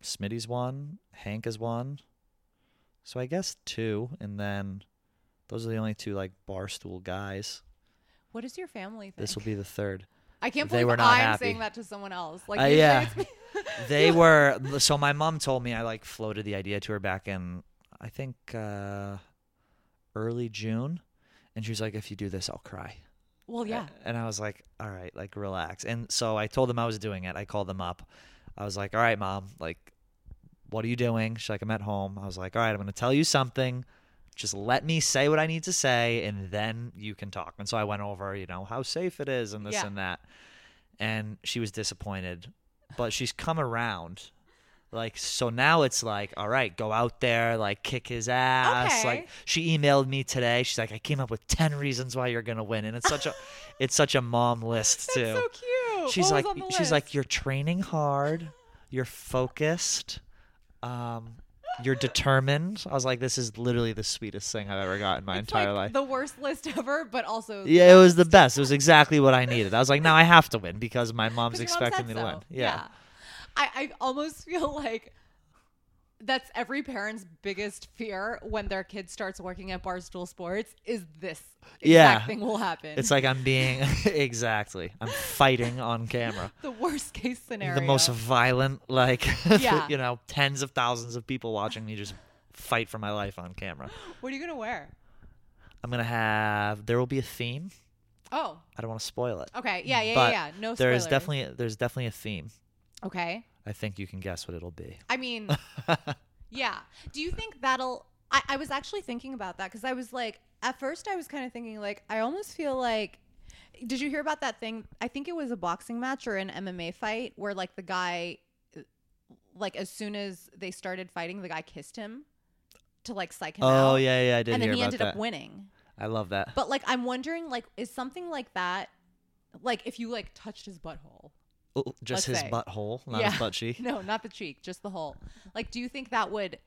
Smitty's won, Hank has won, so I guess two, and then those are the only two like Barstool guys.
What does your family think?
This will be the third.
I can't
they
believe
were not
I'm
happy.
saying that to someone else. Like,
Uh,
usually
yeah.
it's me.
They were so my mom told me I like floated the idea to her back in I think uh early June and she was like if you do this I'll cry.
well, yeah.
And I was like all right, like relax. And so I told them I was doing it. I called them up. I was like all right, mom, like what are you doing? She's like I'm at home. I was like all right, I'm going to tell you something. Just let me say what I need to say and then you can talk. And so I went over, you know, how safe it is and this
Yeah.
and that. and she was disappointed but she's come around like so now it's like all right go out there like kick his ass
Okay.
like she emailed me today she's like i came up with 10 reasons why you're gonna win and it's such a it's such a mom list too
That's so cute.
she's
What was
like
on the
she's
list?
like you're training hard you're focused um you're determined i was like this is literally the sweetest thing i've ever got in my
It's,
entire
like,
life
The worst list ever, but also.
yeah, it was the best. It was exactly what I needed. I was like, now I have to win because my mom's
'Cause your mom
expecting
said
me to win.
so.
Yeah.
I, I almost feel like that's every parent's biggest fear when their kid starts working at Barstool Sports is this exact
Yeah.
thing will happen.
It's like I'm being exactly. I'm fighting on camera.
the worst case scenario.
The most violent, like
Yeah.
you know, tens of thousands of people watching me just fight for my life on camera.
What are you gonna wear?
I'm gonna have there will be a theme.
Oh,
I don't want to spoil it.
okay. Yeah, yeah, yeah,
But
yeah. No,
There is
spoilers.
definitely there's definitely a theme.
okay.
I think you can guess what it'll be.
I mean, yeah. Do you think that'll? I, I was actually thinking about that because I was like, at first, I was kind of thinking like, I almost feel like. Did you hear about that thing? I think it was a boxing match or an MMA fight where like the guy, like as soon as they started fighting, the guy kissed him to like psych him out.
Oh yeah, yeah, I did
And then
hear
he
about
ended
that.
up winning.
I love that.
But like, I'm wondering like, is something like that, like if you like touched his butthole.
Oh, just his
let's say.
butthole, not his butt cheek.
No, not the cheek, just the hole. Like, do you think that would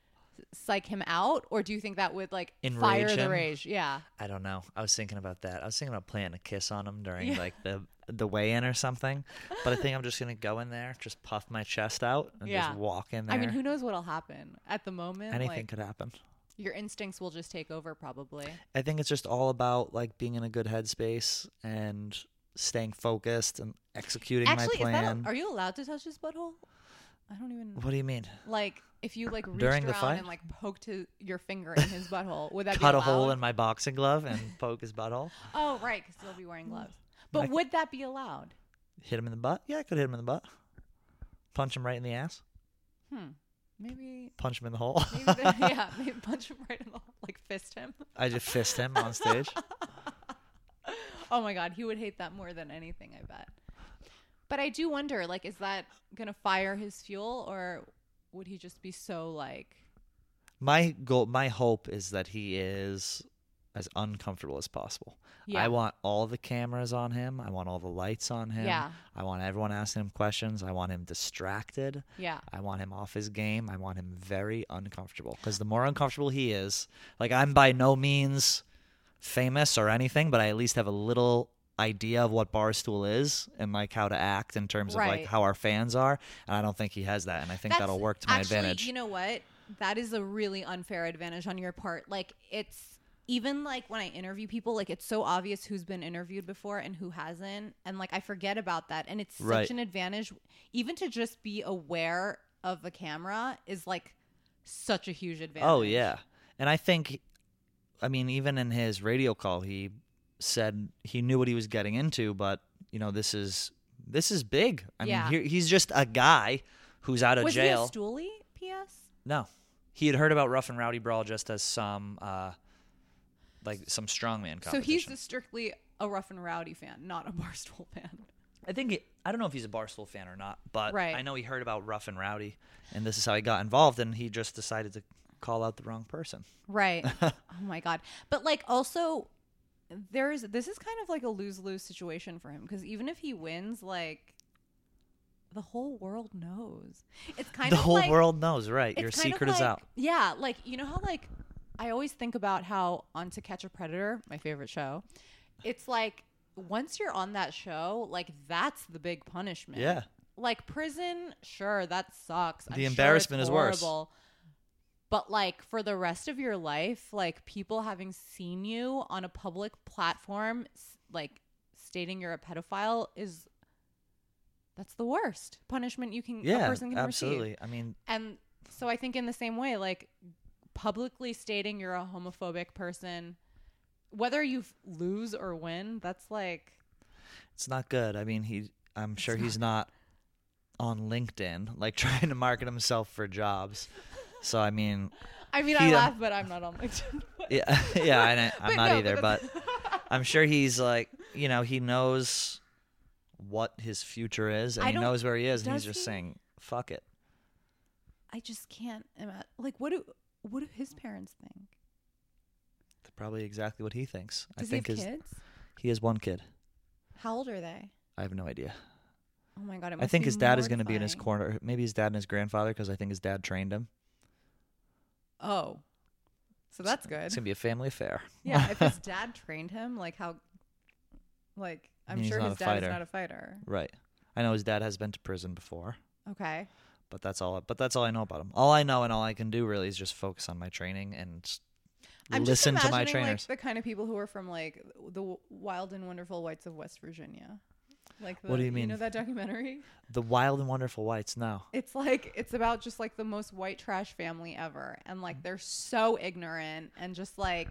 psych him out, or do you think that would like
Enrage
fire the
him?
rage? Yeah.
I don't know. I was thinking about that. I was thinking about planting a kiss on him during
Yeah.
like the the weigh in or something. But I think I'm just gonna go in there, just puff my chest out, and
Yeah.
just walk in there.
I mean, who knows what'll happen at the moment?
anything
like,
could happen.
your instincts will just take over, probably.
I think it's just all about like being in a good headspace and staying focused and executing
Actually,
my
is that?
plan.
Are you allowed to touch his butthole? I don't even
What do you mean?
like if you like reached
During the
around
fight?
and like poked his, your finger in his butthole. Would that
Cut
be
a hole
allowed?
in my boxing glove and poke his butthole?
Oh right, because he'll be
Mm.
wearing gloves. But
Like-
would that be allowed?
Hit him in the butt? Yeah, I could hit him in the butt. Punch him right in the ass.
Hmm. Maybe.
Punch him in the hole.
Maybe. They, yeah. Maybe punch him right in the like fist him.
I just fist him on stage.
Oh my god, he would hate that more than anything. I bet. But I do wonder, like, is that gonna fire his fuel, or would he just be so like?
My goal, my hope is that he is as uncomfortable as possible.
Yeah.
I want all the cameras on him. I want all the lights on him.
Yeah.
I want everyone asking him questions. I want him distracted.
Yeah.
I want him off his game. I want him very uncomfortable because the more uncomfortable he is, like I'm by no means famous or anything, but I at least have a little idea of what Barstool is and like how to act in terms of
Right.
like how our fans are. And I don't think he has that. And I think that'll work to my
actually,
advantage.
You know what? That is a really unfair advantage on your part. Like it's even like when I interview people, like it's so obvious who's been interviewed before and who hasn't, and like I forget about that. And it's
Right.
such an advantage, even to just be aware of a camera is like such a huge advantage.
oh, yeah. And I think, I mean, even in his radio call, he said he knew what he was getting into, but you know, this is. This is big. I
Yeah.
mean, here, he's just a guy who's out of
Was
jail.
he a stoolie? P.S.
No, he had heard about Rough and Rowdy Brawl just as some, uh, like some strongman competition.
So he's just strictly a rough and rowdy fan, not a barstool fan.
I think he, I don't know if he's a Barstool fan or not, but
Right.
I know he heard about Rough and Rowdy, and this is how he got involved, and he just decided to call out the wrong person.
Right. oh my god. But like also there's this is kind of like a lose-lose situation for him cuz even if he wins like the whole world knows. It's kind
the
of
whole
like,
world knows, right?
it's
Your
kind of
secret is
like-
out.
Yeah, like you know how like I always think about how on To Catch a Predator, my favorite show, it's like once you're on that show, like that's the big punishment.
Yeah.
Like prison, sure, that sucks. I'm
The
sure it's
embarrassment is worse.
horrible. But like for the rest of your life, like people having seen you on a public platform, s- like stating you're a pedophile is that's the worst punishment you can a
Yeah,
person can receive.
absolutely. I mean,
And so I think in the same way, like publicly stating you're a homophobic person, whether you f- lose or win, that's like
it's not good. I mean, he. I'm sure he's not on LinkedIn, like trying to market himself for jobs. So I mean,
I mean I
He, um,
laugh, but I'm not on LinkedIn. but-
yeah, yeah, and I, I'm
but
not
no,
either, but.
that's-
I'm sure he's like, you know, he knows what his future is and
I
he
don't-
knows where he is, and he's
does
just
he?
saying, "Fuck it."
I just can't imagine. Like, what do what do his parents think?
That's probably exactly what he thinks.
Does
I think
he have
his,
kids?
he has one kid.
How old are they?
I have no idea.
Oh my god! It
I
must
think
be
his dad is going to be in his
mortifying.
corner. Maybe his dad and his grandfather, because I think his dad trained him.
Oh, so that's good.
It's going to be a family affair.
yeah, if his dad trained him, like how, like I'm
He's
sure
not
his
a
dad
fighter.
is not a fighter.
right. I know his dad has been to prison before,
Okay.
but that's all. But that's all I know about him. All I know and all I can do really is just focus on my training and
I'm
listen
just
to my
imagining,
trainers.
Like, the kind of people who are from like the w- wild and wonderful whites of West Virginia. Like the,
What do you
You
mean?
know that documentary?
the Wild and Wonderful Whites. No,
It's like it's about just like the most white trash family ever, and like they're so ignorant and just like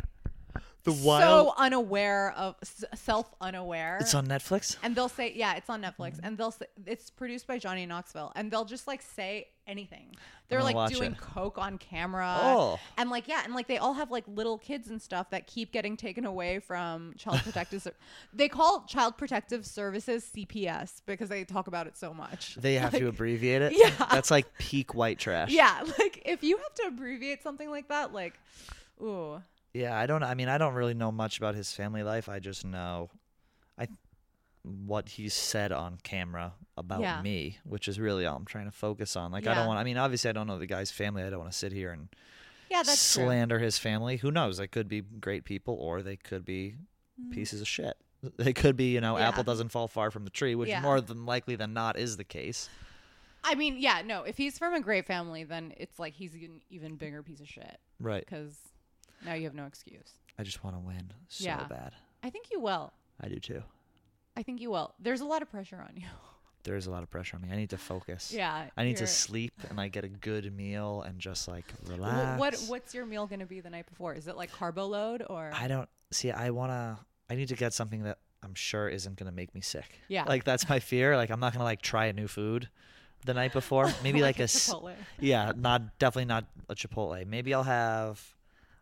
the
so unaware of s- self unaware.
It's on Netflix.
and they'll say, yeah, it's on Netflix, and they'll say it's produced by Johnny Knoxville, and they'll just like say anything. They're
gonna
like
watch
doing
it.
coke on camera,
Oh.
and like yeah, and like they all have like little kids and stuff that keep getting taken away from child protective. Ser- they call child protective services CPS because they talk about it so much.
They have to abbreviate it.
Yeah.
That's like peak white trash.
yeah, like if you have to abbreviate something like that, like, ooh,
Yeah, I don't I mean I don't really know much about his family life. I just know I what he said on camera about
Yeah.
me, which is really all I'm trying to focus on. Like I
Yeah.
don't want I mean obviously I don't know the guy's family. I don't want to sit here and
yeah, that's true.
slander his family. Who knows? They could be great people or they could be pieces of shit. They could be, you know,
Mm-hmm. Yeah.
apple doesn't fall far from the tree, which
Yeah.
more than likely than not is the case.
I mean, yeah, no, if he's from a great family, then it's like he's an even bigger piece of shit
Right.
because now you have no excuse.
I just want to win so
Yeah.
bad.
I think you will.
I do too.
I think you will. There's a lot of pressure on you.
there is a lot of pressure on me. I need to focus.
Yeah.
I need to
you're-
sleep and I get a good meal and just like
Wh-
relax.
What what's your meal going to be the night before? Is it like carbo load or
I don't see. I wanna. I need to get something that I'm sure isn't gonna make me sick.
Yeah.
Like that's my fear. Like I'm not gonna like try a new food the night before. Maybe like, a. s-
Chipotle?
Yeah, not definitely not a Chipotle. Maybe I'll have.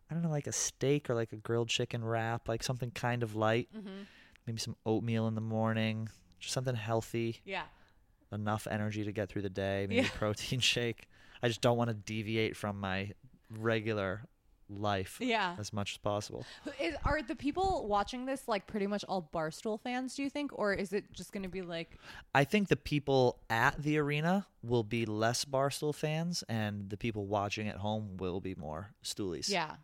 I don't know, like a steak or like a grilled chicken wrap, like something kind of light.
Mhm.
Maybe some oatmeal in the morning, just something healthy.
Yeah.
enough energy to get through the day, maybe
Yeah.
a protein shake. I just don't want to deviate from my regular life
Yeah.
as much as possible.
Is, are the people watching this like pretty much all Barstool fans, do you think? Or is it just going to be like,
I think the people at the arena will be less Barstool fans and the people watching at home will be more Stoolies.
yeah.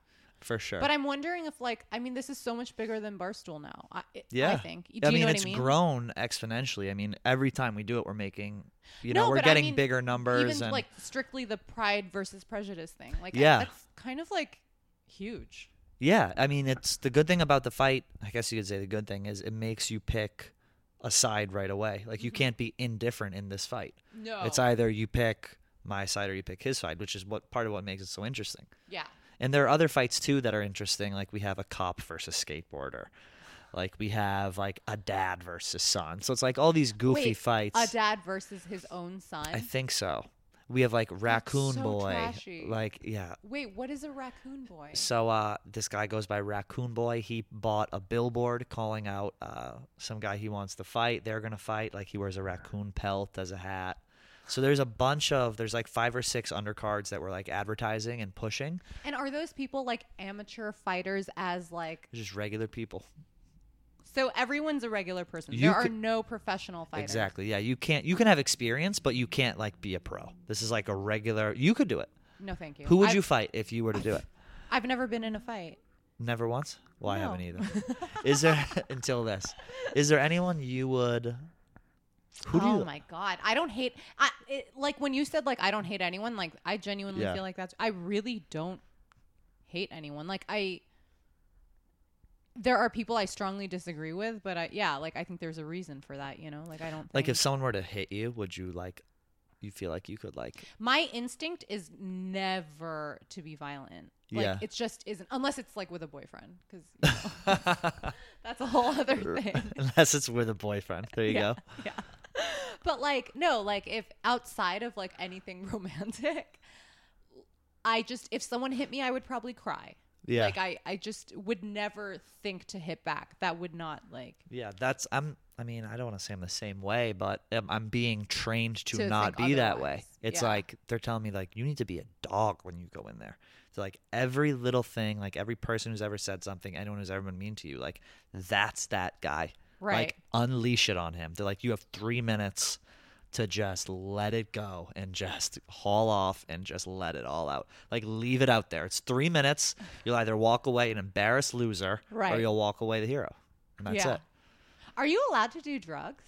For sure.
But I'm wondering if like, I mean, this is so much bigger than Barstool now. I, it,
yeah.
I think. Do you
mean,
know what
it's
I mean?
grown exponentially. I mean, every time we do it, we're making, you know,
No,
we're
but I
getting
mean,
bigger numbers.
Even
and
like strictly the pride versus prejudice thing. Like, I-
Yeah.
that's kind of like huge.
Yeah, I mean, it's the good thing about the fight. I guess you could say the good thing is it makes you pick a side right away. Like
Mm-hmm.
you can't be indifferent in this fight.
No.
It's either you pick my side or you pick his side, which is what part of what makes it so interesting.
yeah.
And there are other fights too that are interesting. Like we have a cop versus skateboarder. Like we have like a dad versus son. So it's like all these goofy
Wait,
fights.
A dad versus his own son.
I think so. We have like raccoon
so
boy.
trashy.
Like yeah,
Wait, what is a raccoon boy?
So uh, this guy goes by Raccoon Boy. He bought a billboard calling out uh, some guy he wants to fight. They're gonna fight. Like he wears a raccoon pelt as a hat. So there's a bunch of there's like five or six undercards that were like advertising and pushing.
And are those people like amateur fighters as like
They're Just regular people.
so everyone's a regular person.
You
there are
could-
no professional fighters.
Exactly. Yeah. You can't. You can have experience, but you can't like be a pro. This is like a regular. You could do it.
No, thank you.
Who would
I've,
you fight if you were to do it?
I've never been in a fight.
Never once. Well, I
No.
haven't either. Is there until this? Is there anyone you would? Who do
oh
you?
my god, I don't hate. I it, like when you said like I don't hate anyone. Like I genuinely
Yeah.
feel like that's. I really don't hate anyone. Like I. There are people I strongly disagree with, but I, yeah, like I think there's a reason for that, you know. Like I don't
Like
think-
if someone were to hit you, would you like? You feel like you could like?
my instinct is never to be violent. Like
Yeah.
it just isn't unless it's like with a boyfriend cuz that's a whole other thing.
Unless it's with a boyfriend. There you
Yeah.
go.
Yeah. But like no, like if outside of like anything romantic, I just if someone hit me, I would probably cry.
Yeah.
Like I I just would never think to hit back. That would not like
yeah, that's. I'm. I mean, I don't want to say I'm the same way, but um, I'm being trained to,
To
not
think
be that way.
otherwise.
It's
Yeah.
like they're telling me like you need to be a dog when you go in there. So like every little thing, like every person who's ever said something, anyone who's ever been mean to you, like that's that guy.
Right.
Like unleash it on him. They're like, you have three minutes to just let it go and just haul off and just let it all out. Like leave it out there. It's three minutes. You'll either walk away an embarrassed loser or
Right.
you'll walk away the hero. And that's
Yeah.
it.
Are you allowed to do drugs?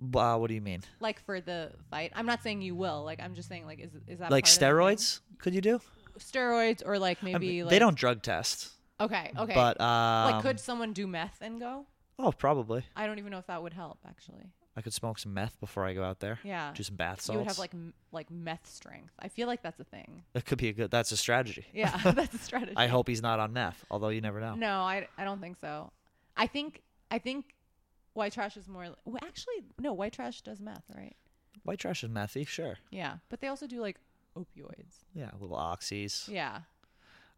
Uh, what do you mean?
Like for the fight? I'm not saying you will. Like I'm just saying like is is that
like
part of the thing?
steroids? Could you do?
steroids or like
I
maybe
mean,
like
they don't drug test.
okay okay
But um,
like could someone do meth and go
oh, probably.
i don't even know if that would help actually
I could smoke some meth before I go out there.
Yeah.
Do some bath salts.
you would have like m- like meth strength i feel like that's a thing
that could be a good. That's a strategy.
yeah that's a strategy
I hope he's not on meth. Although you never know.
no I, I don't think so i think i think white trash is more well, actually no white trash does meth right
White trash is methy, sure.
yeah but they also do like opioids
Yeah, little oxys.
yeah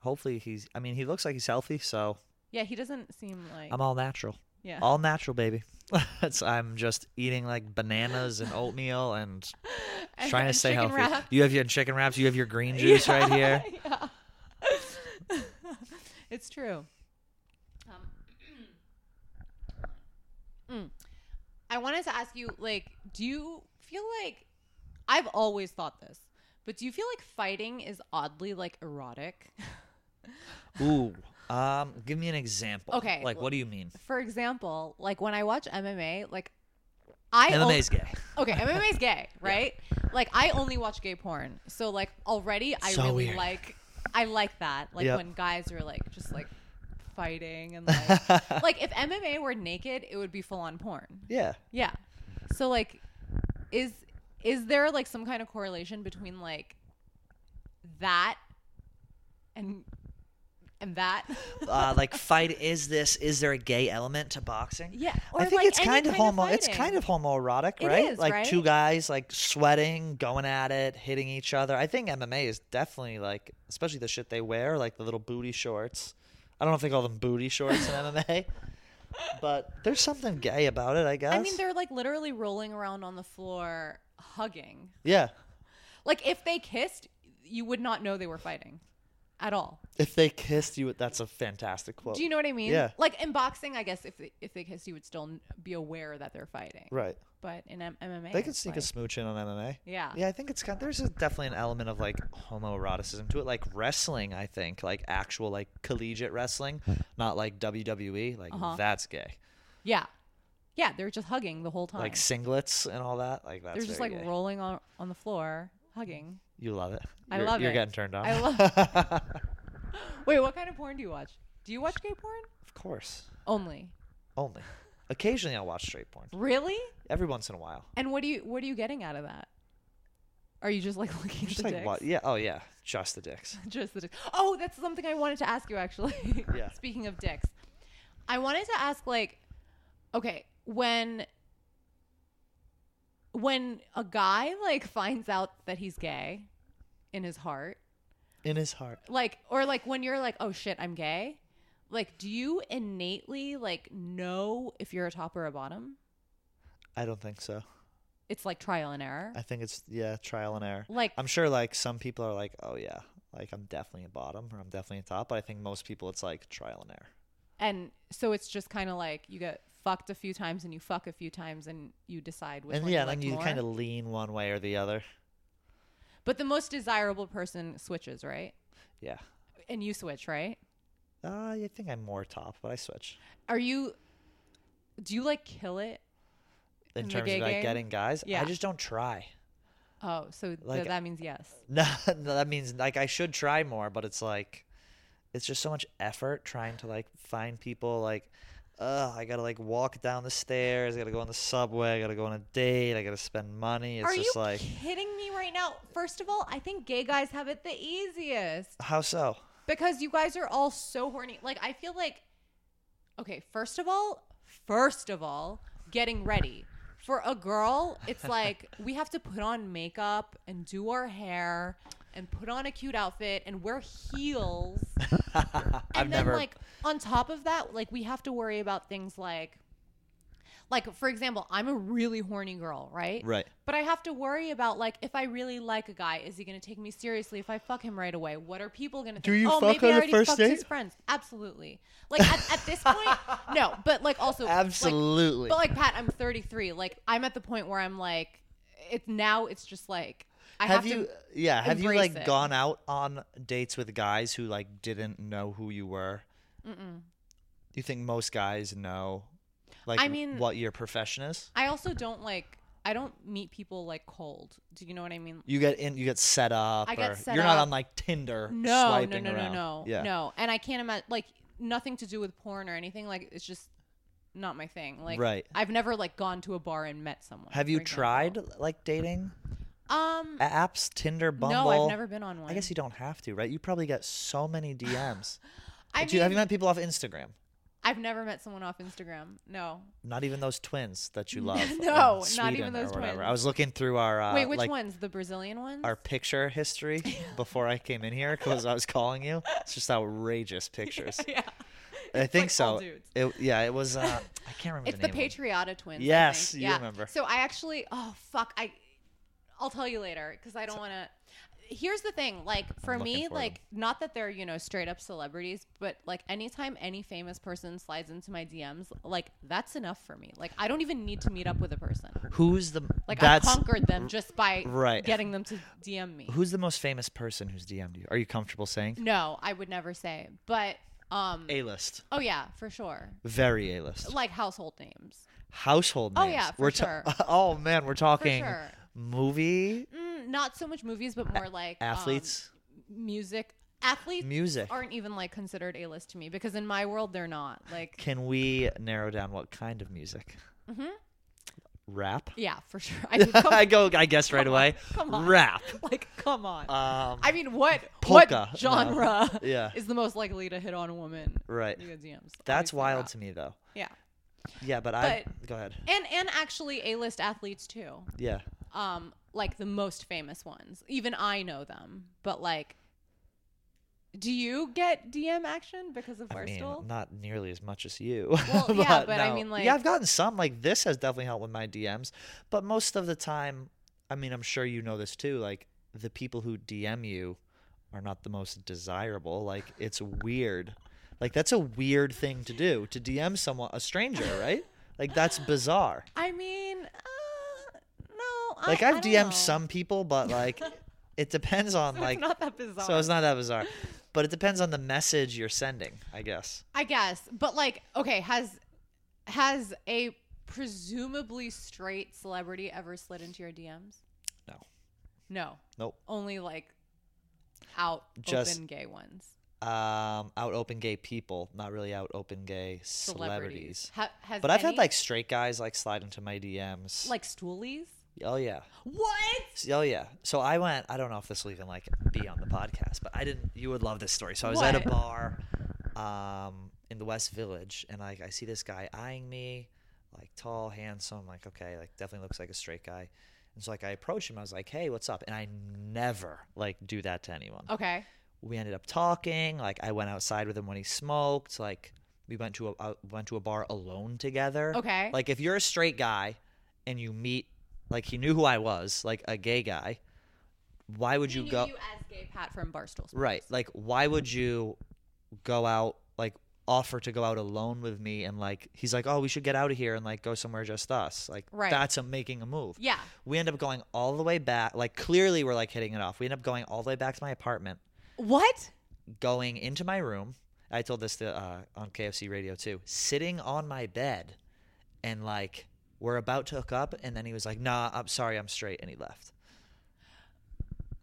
Hopefully he's. I mean, he looks like he's healthy, so
yeah he doesn't seem like
I'm all natural,
yeah
all natural, baby. That's I'm just eating like bananas and oatmeal and
And-
trying to
and
stay
chicken
healthy.
wrap.
You have your chicken wraps. You have your green juice right here.
Yeah. it's true. Um, mm. I wanted to ask you, like, do you feel like I've always thought this, but do you feel like fighting is oddly like erotic?
Ooh. Um, give me an example.
Okay,
Like,
well-
what do you mean?
For example, like when I watch MMA, like I only-
MMA's gay.
okay, MMA's gay, right? Like I only watch gay porn. So like already I
So
really
weird.
like I like that. Like
Yep.
when guys are like just like fighting and like like if MMA were naked, it would be full on porn.
Yeah.
Yeah. So like is is there like some kind of correlation between like that and and that?
uh, like fight is this is there a gay element to boxing
yeah,
i think it's
any
kind of homo it's
fighting.
kind of homoerotic
It
right
is,
like
right?
two guys like sweating going at it hitting each other i think mma is definitely like especially the shit they wear like the little booty shorts i don't know if they call them booty shorts in mma but there's something gay about it i guess
I mean, they're like literally rolling around on the floor, hugging.
yeah
Like if they kissed, you would not know they were fighting at all.
if they kissed you that's a fantastic quote
Do you know what I mean?
yeah.
Like in boxing, I guess if they, if they kissed, you would still n- be aware that they're fighting.
right
But in M- MMA,
they could
it's
sneak a
like-
smooch in on mma
Yeah.
Yeah, I think it's got there's a, definitely an element of like homoeroticism to it, like wrestling. I think like actual like collegiate wrestling, not like WWE. Like
Uh-huh.
that's gay.
Yeah. Yeah, they're just hugging the whole time.
Like singlets and all that. Like that's
they're just
very
like
gay.
rolling on on the floor, hugging.
You love it.
I
You're-
love
You're
it.
getting turned on.
I love-
of
Wait, what kind of porn do you watch? Do you watch gay porn?
course.
Only.
Only. Occasionally, I'll watch straight porn.
Really?
Every once in a while.
And what do you what are you getting out of that? Are you just like looking at
Just
the
like
dicks?
what? Yeah. Oh yeah. Just the dicks.
Just the dicks. Oh, that's something I wanted to ask you actually.
Yeah.
Speaking of dicks, I wanted to ask like, okay, when when a guy like finds out that he's gay in his heart,
In his heart.
like or like when you're like oh shit i'm gay like do you innately like know if you're a top or a bottom
I don't think so.
it's like trial and error
I think it's yeah trial and error.
like
I'm sure like some people are like, oh yeah, like I'm definitely a bottom or I'm definitely a top, but I think most people it's like trial and error.
and so it's just kind of like you get fucked a few times and you fuck a few times and you decide which
and
one
yeah,
you like
then you
more.
kind of lean one way or the other.
but the most desirable person switches right
Yeah.
and you switch right
Uh, I think I'm more top, but I switch.
are you do you like kill it
In,
In the
terms
gay
of like
game?
getting guys,
Yeah.
I just don't try.
oh so th-
Like-
that means yes
No, no, that means like I should try more, but it's like it's just so much effort trying to like find people like Ugh, I gotta like walk down the stairs. I gotta go on the subway. I gotta go on a date. I gotta spend money. It's
are
just
you
like,
kidding me right now first of all i think gay guys have it the easiest
how so?
because you guys are all so horny. Like I feel like okay, first of all, first of all, getting ready. For a girl, it's like we have to put on makeup and do our hair and put on a cute outfit and wear heels.
I've
And then
never.
like on top of that, like we have to worry about things like like for example, I'm a really horny girl, right?
Right.
But I have to worry about like if I really like a guy, is he going to take me seriously if I fuck him right away? What are people going to
Do
think?
you
oh,
fuck
maybe
on
I
the
already
first
fucked
date?
his friends. Absolutely. Like at, at this point, no. But like also, like-
Absolutely.
but like Pat, I'm 33. Like I'm at the point where I'm like, it's now. It's just like I have,
have you
to.
yeah, have you
embrace
like
it.
gone out on dates with guys who like didn't know who you were?
Mm-mm.
Do you think most guys know like
I mean-
what your profession is?
I also don't like. I don't meet people like cold. Do you know what I mean?
You get in you get set up
I get
or
set
you're not
up.
on like Tinder
No, no,
swiping
no, no,
around.
no,
Yeah.
no. And I can't imagine like nothing to do with porn or anything. Like it's just not my thing. Like
Right.
I've never like gone to a bar and met someone.
Have you
for
tried
example.
like dating
Um,
apps, Tinder, Bumble?
no, I've never been on one.
I guess you don't have to, right? You probably get so many DMs.
I
Do you, have you
mean,
met people off Instagram?
I've never met someone off Instagram. No.
Not even those twins that you love. in
No, not
Sweden
even
or
those
whatever.
twins.
I was looking through our uh,
Wait, which
like,
ones? The Brazilian ones?
our picture history before I came in here because I was calling you. It's just outrageous pictures.
yeah.
I think
like all
so.
dudes.
It, yeah, it was. Uh, I can't remember.
It's the
the, name of them.
Patriota twins. I
Yes,
think.
you
yeah.
remember.
So I actually, oh fuck, I, I'll tell you later because I don't want to. Here's the thing, like for
I'm looking
me,
for
like not that they're you know straight up celebrities, but like anytime any famous person slides into my DMs, like that's enough for me. Like I don't even need to meet up with a person.
Who's the
Like
that's
I conquered them just by
right.
getting them to DM me.
who's the most famous person who's DM'd you? Are you comfortable saying
No, I would never say, but um,
A list?
oh yeah, for sure,
Very A list.
like household names.
Household
Oh,
names.
yeah, for
we're ta-
sure.
oh man, we're talking
sure.
movie
Mm, not so much movies, but more like um,
athletes,
music athletes
music.
aren't even like considered a list to me because in my world they're not like
Can we narrow down what kind of music? Rap.
Yeah, for sure. I mean, Mm-hmm. come,
I go. I guess right
come on,
away.
come on.
Rap.
like, come on.
Um,
I mean, what
polka, no.
what genre
yeah.
is the most likely to hit on a woman?
Right.
Because, yeah, it's
That's
obviously
wild
rap.
to me though.
Yeah,
Yeah, but I go ahead.
and and actually, A-list athletes too.
Yeah.
um like the most famous ones. Even I know them. But like do you get DM action because of
I mean,
Barstool?
not nearly as much as you.
Well, yeah, but I mean,
yeah,
like-
I've gotten some. Like this has definitely helped with my DMs, but most of the time, I mean, I'm sure you know this too. Like the people who DM you are not the most desirable. Like it's weird. Like that's a weird thing to do to DM someone, a stranger, right? Like that's bizarre.
I mean, uh, no.
Like
I,
I've
I don't
DM'd
know.
some people, but like it depends on
So
like
it's not that bizarre.
so it's not that bizarre, but it depends on the message you're sending, I guess.
I guess. But like, okay, has has a presumably straight celebrity ever slid into your DMs?
No.
No.
Nope.
Only like out
Just-
open gay ones.
um out open gay people not really out open gay celebrities,
Ha- has
but i've had
any-
like straight guys like slide into my dms
like stoolies?
oh yeah
What?
S- oh yeah so i went i don't know if this will even like be on the podcast but i didn't you would love this story so i was at a
What?
bar um in the west village and like i see this guy eyeing me like tall handsome like okay like definitely looks like a straight guy and so like i approached him i was like hey what's up and i never like do that to anyone
Okay.
we ended up talking. Like I went outside with him when he smoked. Like we went to a uh, went to a bar alone together.
Okay.
Like if you're a straight guy and you meet, like he knew who I was, like a gay guy. Why would
He
you
knew
go?
You as gay Pat from Barstool. Sports.
Right. Like why would you go out like offer to go out alone with me and like he's like oh we should get out of here and like go somewhere just us like
Right.
that's a making a move
Yeah.
we end up going all the way back like clearly we're like hitting it off we end up going all the way back to my apartment
What?
going into my room. I told this to, uh, on KFC Radio too. Sitting on my bed, and like we're about to hook up, and then he was like, "Nah, I'm sorry, I'm straight," and he left.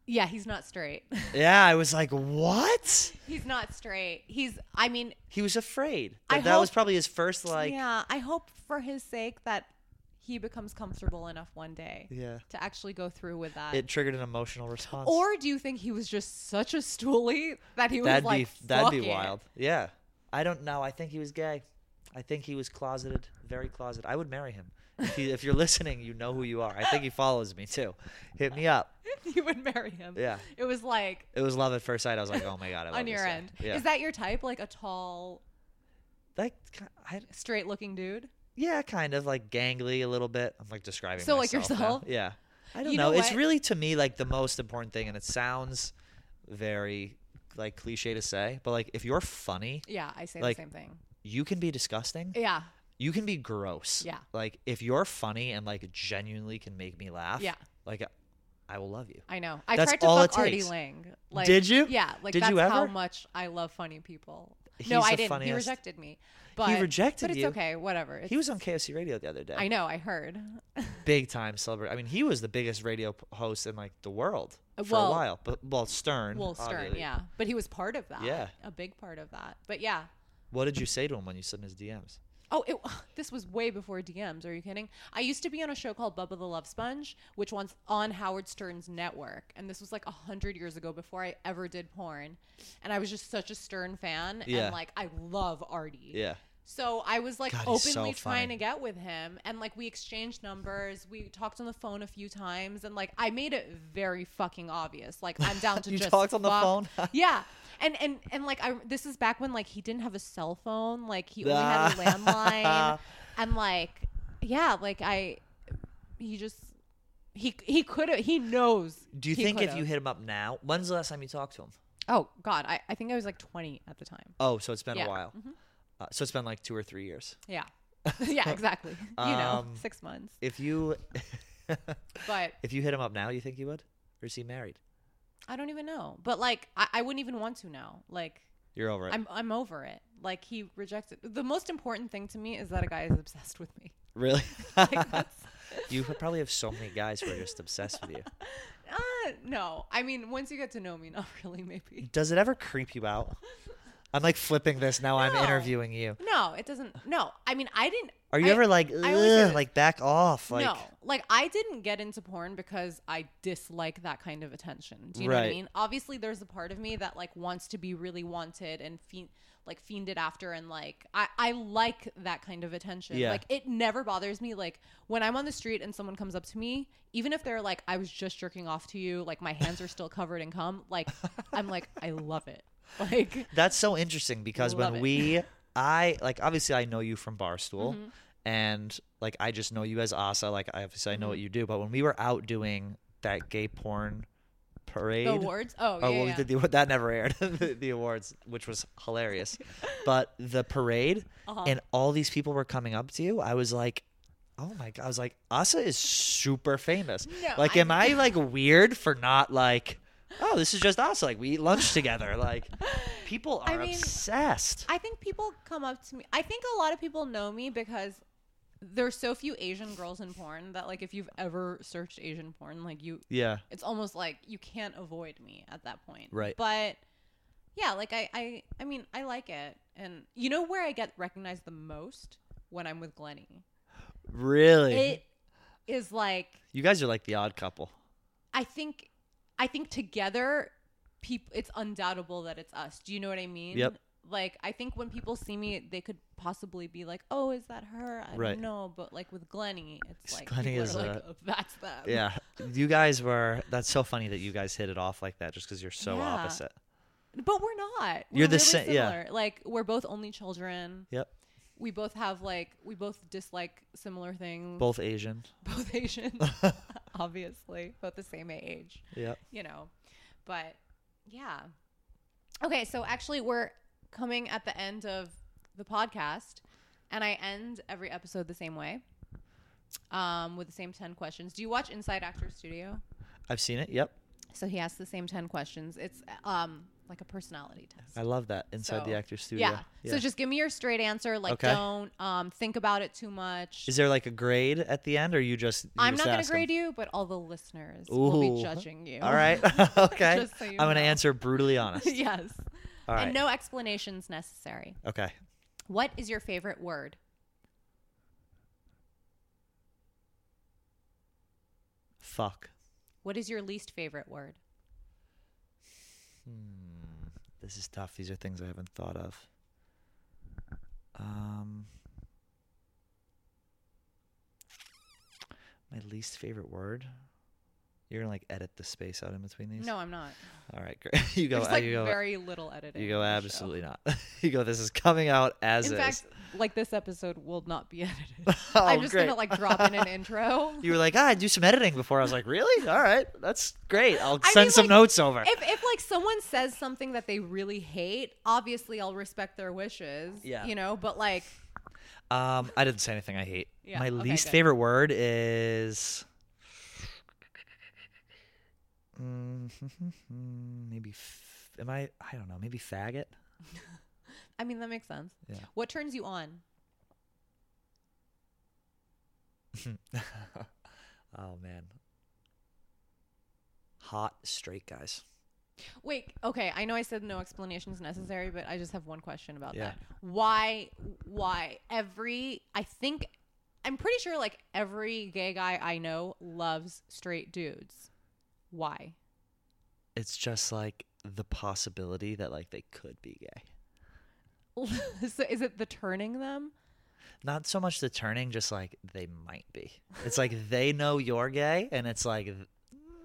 Yeah, he's not straight.
Yeah, I was like, "What?"
he's not straight. He's. I mean,
He was afraid.
I
That, that was
hope-
probably his first like.
yeah. I hope for his sake that he becomes comfortable enough one day
Yeah.
to actually go through with that.
It triggered an emotional response.
or do you think he was just such a stoolie that he was
that'd
like,
be that'd
"Fuck
be
it."
wild. Yeah, I don't know. I think he was gay. I think he was closeted, very closeted. I would marry him. If, he, if you're listening, you know who you are. I think he follows me too. Hit me up.
you would marry him.
Yeah.
It was like
It was love at first sight. I was like, oh my god, I love
on
this
your
guy.
end.
Yeah,
Is that your type? Like a tall,
That ki- I,
straight-looking dude?
yeah, kind of like gangly a little bit. I'm like describing.
So, like,
myself now.
yourself?
Yeah, I don't
You
know.
know
it's
what?
really to me like the most important thing, and it sounds very like cliche to say, but like if you're funny,
Yeah, I say
Like-
the same thing.
you can be disgusting.
Yeah.
you can be gross.
Yeah.
Like if you're funny and like genuinely can make me laugh.
Yeah.
Like I will love you.
I know. I
That's
tried to
all
fuck
it
Artie
takes.
Lang. Like,
Did you?
Yeah. Like
Did
that's
you
how
ever?
much I love funny people.
He's
no,
the
I didn't. He
funniest.
rejected me. But
rejected
But it's
you?
okay. Whatever. It's,
He was on KFC Radio the other day.
I know. I heard.
big time celebrity. I mean, he was the biggest radio p- host in like the world for a
Uh, Well-
while. But well, Stern.
Will Stern.
obviously.
Yeah. But he was part of that.
Oh, Yeah.
A big part of that. But yeah.
What did you say to him when you slid in his DMs?
Oh, it, this was way before DMs. Are you kidding? I used to be on a show called Bubba the Love Sponge, which once on Howard Stern's network, and this was like a hundred years ago before I ever did porn. And I was just such a Stern fan,
Yeah.
and like I love Artie.
Yeah.
So I was like
God, he's so
openly trying
funny.
to get with him and like we exchanged numbers, we talked on the phone a few times and like I made it very fucking obvious. Like I'm down to
You
just
talked on the
fuck.
phone?
yeah. And and and like I this is back when like he didn't have a cell phone, like he only had a landline and like yeah, like I he just he he could have he knows.
Do you
he
think if
could've.
you hit him up now, when's the last time you talked to him?
Oh god, I, I think I was like 20 at the time.
Oh, so it's been
Yeah. Mm-hmm.
a while. Uh, so it's been like two or three years.
Yeah. yeah, exactly. You know,
Um,
6 months.
If you,
But
if you hit him up now, you think he would, or is he married?
I don't even know. But like, I, I wouldn't even want to now. Like,
You're over it.
I'm I'm over it. Like he rejected. The most important thing to me is that a guy is obsessed with me.
really?
Like that's.
you probably have so many guys who are just obsessed with you.
Uh, no, I mean once you get to know me, not really. Maybe
Does it ever creep you out? I'm like flipping this now. I'm
No.
interviewing you.
No, it doesn't. No, I mean, I didn't.
Are you
I-
ever like,
I always get
Ugh,
it.
like back off? Like,
no, like I didn't get into porn because I dislike that kind of attention. Do you know what I
Right.
mean? Obviously, there's a part of me that like wants to be really wanted and fiend, like fiended after, and like I I like that kind of attention.
Yeah.
Like it never bothers me. Like when I'm on the street and someone comes up to me, even if they're like, I was just jerking off to you, like my hands are still covered in cum, like I'm like I love it. Like
That's so interesting because
Love
when
it.
we, I like obviously I know you from Barstool,
Mm-hmm.
and like I just know you as Asa. Like obviously I know
Mm-hmm.
what you do, but when we were out doing that gay porn parade,
the awards. Oh,
oh
yeah,
well, we
yeah.
did the that never aired the, the awards, which was hilarious. but the parade
Uh-huh.
and all these people were coming up to you. I was like. Oh my god! I was like, Asa is super famous.
No,
like,
I-
am I like weird for not like? Oh, this is just us. Like, we eat lunch together. Like, people
I
are
mean,
obsessed.
I think people come up to me. I think a lot of people know me because there's so few Asian girls in porn that like if you've ever searched Asian porn, like you
yeah,
it's almost like you can't avoid me at that point.
Right.
But yeah, like I I I mean, I like it. And you know where I get recognized the most when I'm with Glennie.
really.
It is like
you guys are like the odd couple.
I think I think together people it's undoubtable that it's us. Do you know what I mean?
Yep.
Like I think when people see me they could possibly be like, "Oh, is that her?" I
Right.
don't know, but like with Glennie, it's like
Glennie
people are
is
like,
a-
"Oh, that's them.
Yeah, you guys were. That's so funny that you guys hit it off like that, just because you're so
Yeah.
opposite.
But we're not. We're
You're the
really
sa- yeah.
similar. Like we're both only children.
Yep,
We both have like we both dislike similar things.
both Asian.
both Asian, obviously, both the same age.
Yep.
you know. But yeah. Okay, so actually we're coming at the end of the podcast and I end every episode the same way. Um, with the same 10 questions. Do you watch Inside Actor Studio?
I've seen it. Yep,
So he asks the same 10 questions. It's um like a personality test.
I love that inside the
So-
actor studio.
Yeah. So just give me your straight answer. Like
Okay.
don't um think about it too much.
Is there like a grade at the end, or you just? You
I'm not
just
going
ask
to
'em?
grade you, but all the listeners will
Ooh.
be judging you.
All right. okay.
Just so you
I'm gonna
know.
answer brutally honest.
yes.
All right.
And no explanations necessary.
okay.
What is your favorite word?
Fuck.
What is your least favorite word?
Hmm. This is tough. These are things I haven't thought of. Um, my least favorite word. You're gonna like edit the space out in between these.
No, I'm not.
All right, great. You go.
There's
uh,
like
you go.
very little editing.
you go.
on the show.
Absolutely not. you go. This is coming out as
In
is.
fact, like this episode will not be edited.
Oh,
I'm just
great.
gonna like drop in an intro.
You were like, ah, I do some editing before. I was like, really? All right, that's great. I'll
I
send
mean,
some
like,
notes over.
If if like someone says something that they really hate, obviously I'll respect their wishes.
Yeah.
You know, but like
Um, I didn't say anything I hate.
Yeah,
My
okay,
least
good.
favorite word is Mm, maybe. F- am I? I don't know. Maybe faggot.
I mean that makes sense.
Yeah.
What turns you on?
oh man, hot straight guys.
Wait, okay, I know I said no explanations necessary, but I just have one question about
Yeah.
that. Why why every I think I'm pretty sure like every gay guy I know loves straight dudes. Why?
It's just like the possibility that like they could be gay.
so is it the turning them?
Not so much the turning, just like they might be. It's like they know you're gay, and it's like, th-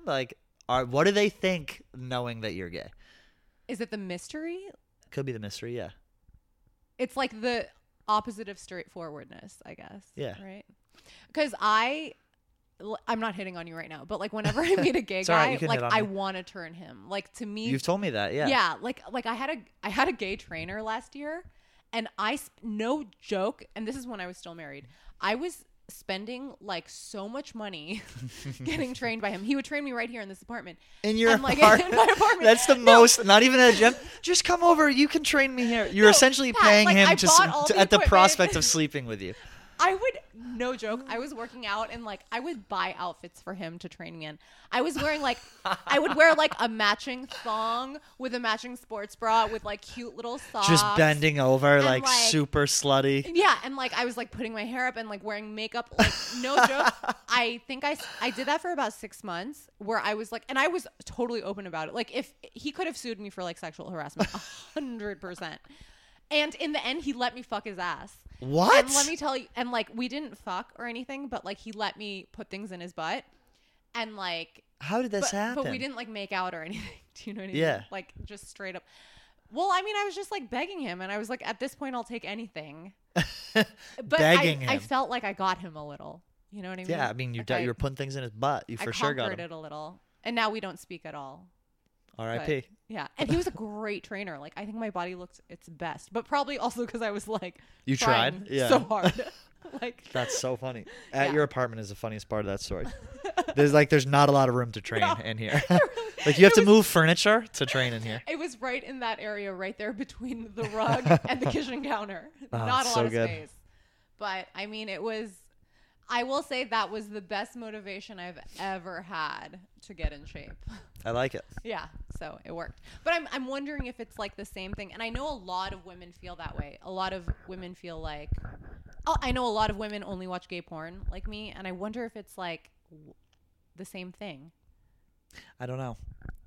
like, are what do they think knowing that you're gay?
Is it the mystery?
Could be the mystery, yeah.
It's like the opposite of straightforwardness, I guess.
Yeah.
Right? Cuz I l- I'm not hitting on you right now, but like whenever I meet a gay
It's all right,
guy,
you can
like
hit on
I
me.
want to turn him. Like to me
You've told me that, yeah.
yeah. like like i had a i had a gay trainer last year and i sp- no joke and this is when i was still married i was spending like so much money getting trained by him he would train me right here in this apartment
In your
I'm like, in
apartment.
my apartment.
That's the
No.
most, not even at a gym. Just come over. You can train me here. You're
No,
essentially
Pat,
paying
like,
him
I
to,
bought all
s- to
the
at the
equipment.
prospect of sleeping with you.
I would, no joke, I was working out and like I would buy outfits for him to train me in. I was wearing like, I would wear like a matching thong with a matching sports bra with like cute little socks.
Just bending over
And,
like,
like-
super slutty.
Yeah, and like I was like putting my hair up and like wearing makeup. Like no joke, I think I s- I did that for about six months, where I was like, and I was totally open about it. Like if he could have sued me for like sexual harassment, a hundred percent. And in the end, he let me fuck his ass.
What?
And let me tell you, and like we didn't fuck or anything, but like he let me put things in his butt, and like
How did this
but,
happen?
But we didn't like make out or anything. Do you know what I mean?
Yeah.
Like just straight up. Well, I mean, I was just like begging him, and I was like, at this point, I'll take anything. But
Begging
I, I
him.
felt like I got him a little. You know what I mean?
Yeah, I mean, you
Like,
d-
I-
you were putting things in his butt. You
I
for sure got
conquered
him.
it a little, and now we don't speak at all. but-
R.I.P.
Yeah, and he was a great trainer. Like I think my body looked its best, but probably also because I was like,
You
trying
tried? Yeah.
so hard. like
That's so funny. At
Yeah.
your apartment is the funniest part of that story. There's like there's not a lot of room to train
No.
in here.
really-
like you have
it
to
was-
move furniture to train in here.
It was right in that area, right there between the rug and the kitchen counter.
Oh,
Not a lot
so
of
good.
space. But I mean, it was, I will say that was the best motivation I've ever had to get in shape.
I like it.
yeah, so it worked. But I'm, I'm wondering if it's like the same thing. And I know a lot of women feel that way. A lot of women feel like, oh, I know a lot of women only watch gay porn like me. And I wonder if it's like w- the same thing.
I don't know.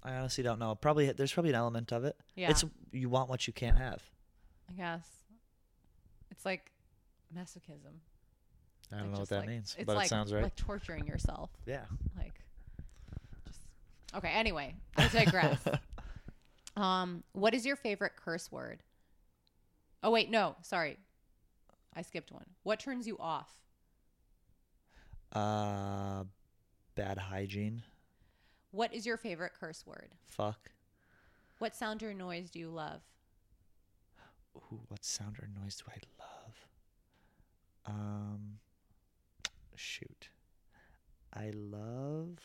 I honestly don't know. Probably there's probably an element of it.
Yeah.
It's you want what you can't have.
I guess. It's like masochism.
I don't
Like,
know what
just,
that
like-
means,
it's
but
like,
it sounds right.
Like torturing yourself.
yeah.
Like just Okay, anyway, I digress. um, what is your favorite curse word? Oh wait, no, sorry. I skipped one. What turns you off?
uh, bad hygiene.
What is your favorite curse word?
Fuck.
What sound or noise do you love?
Ooh, what sound or noise do I love? Um, shoot. I love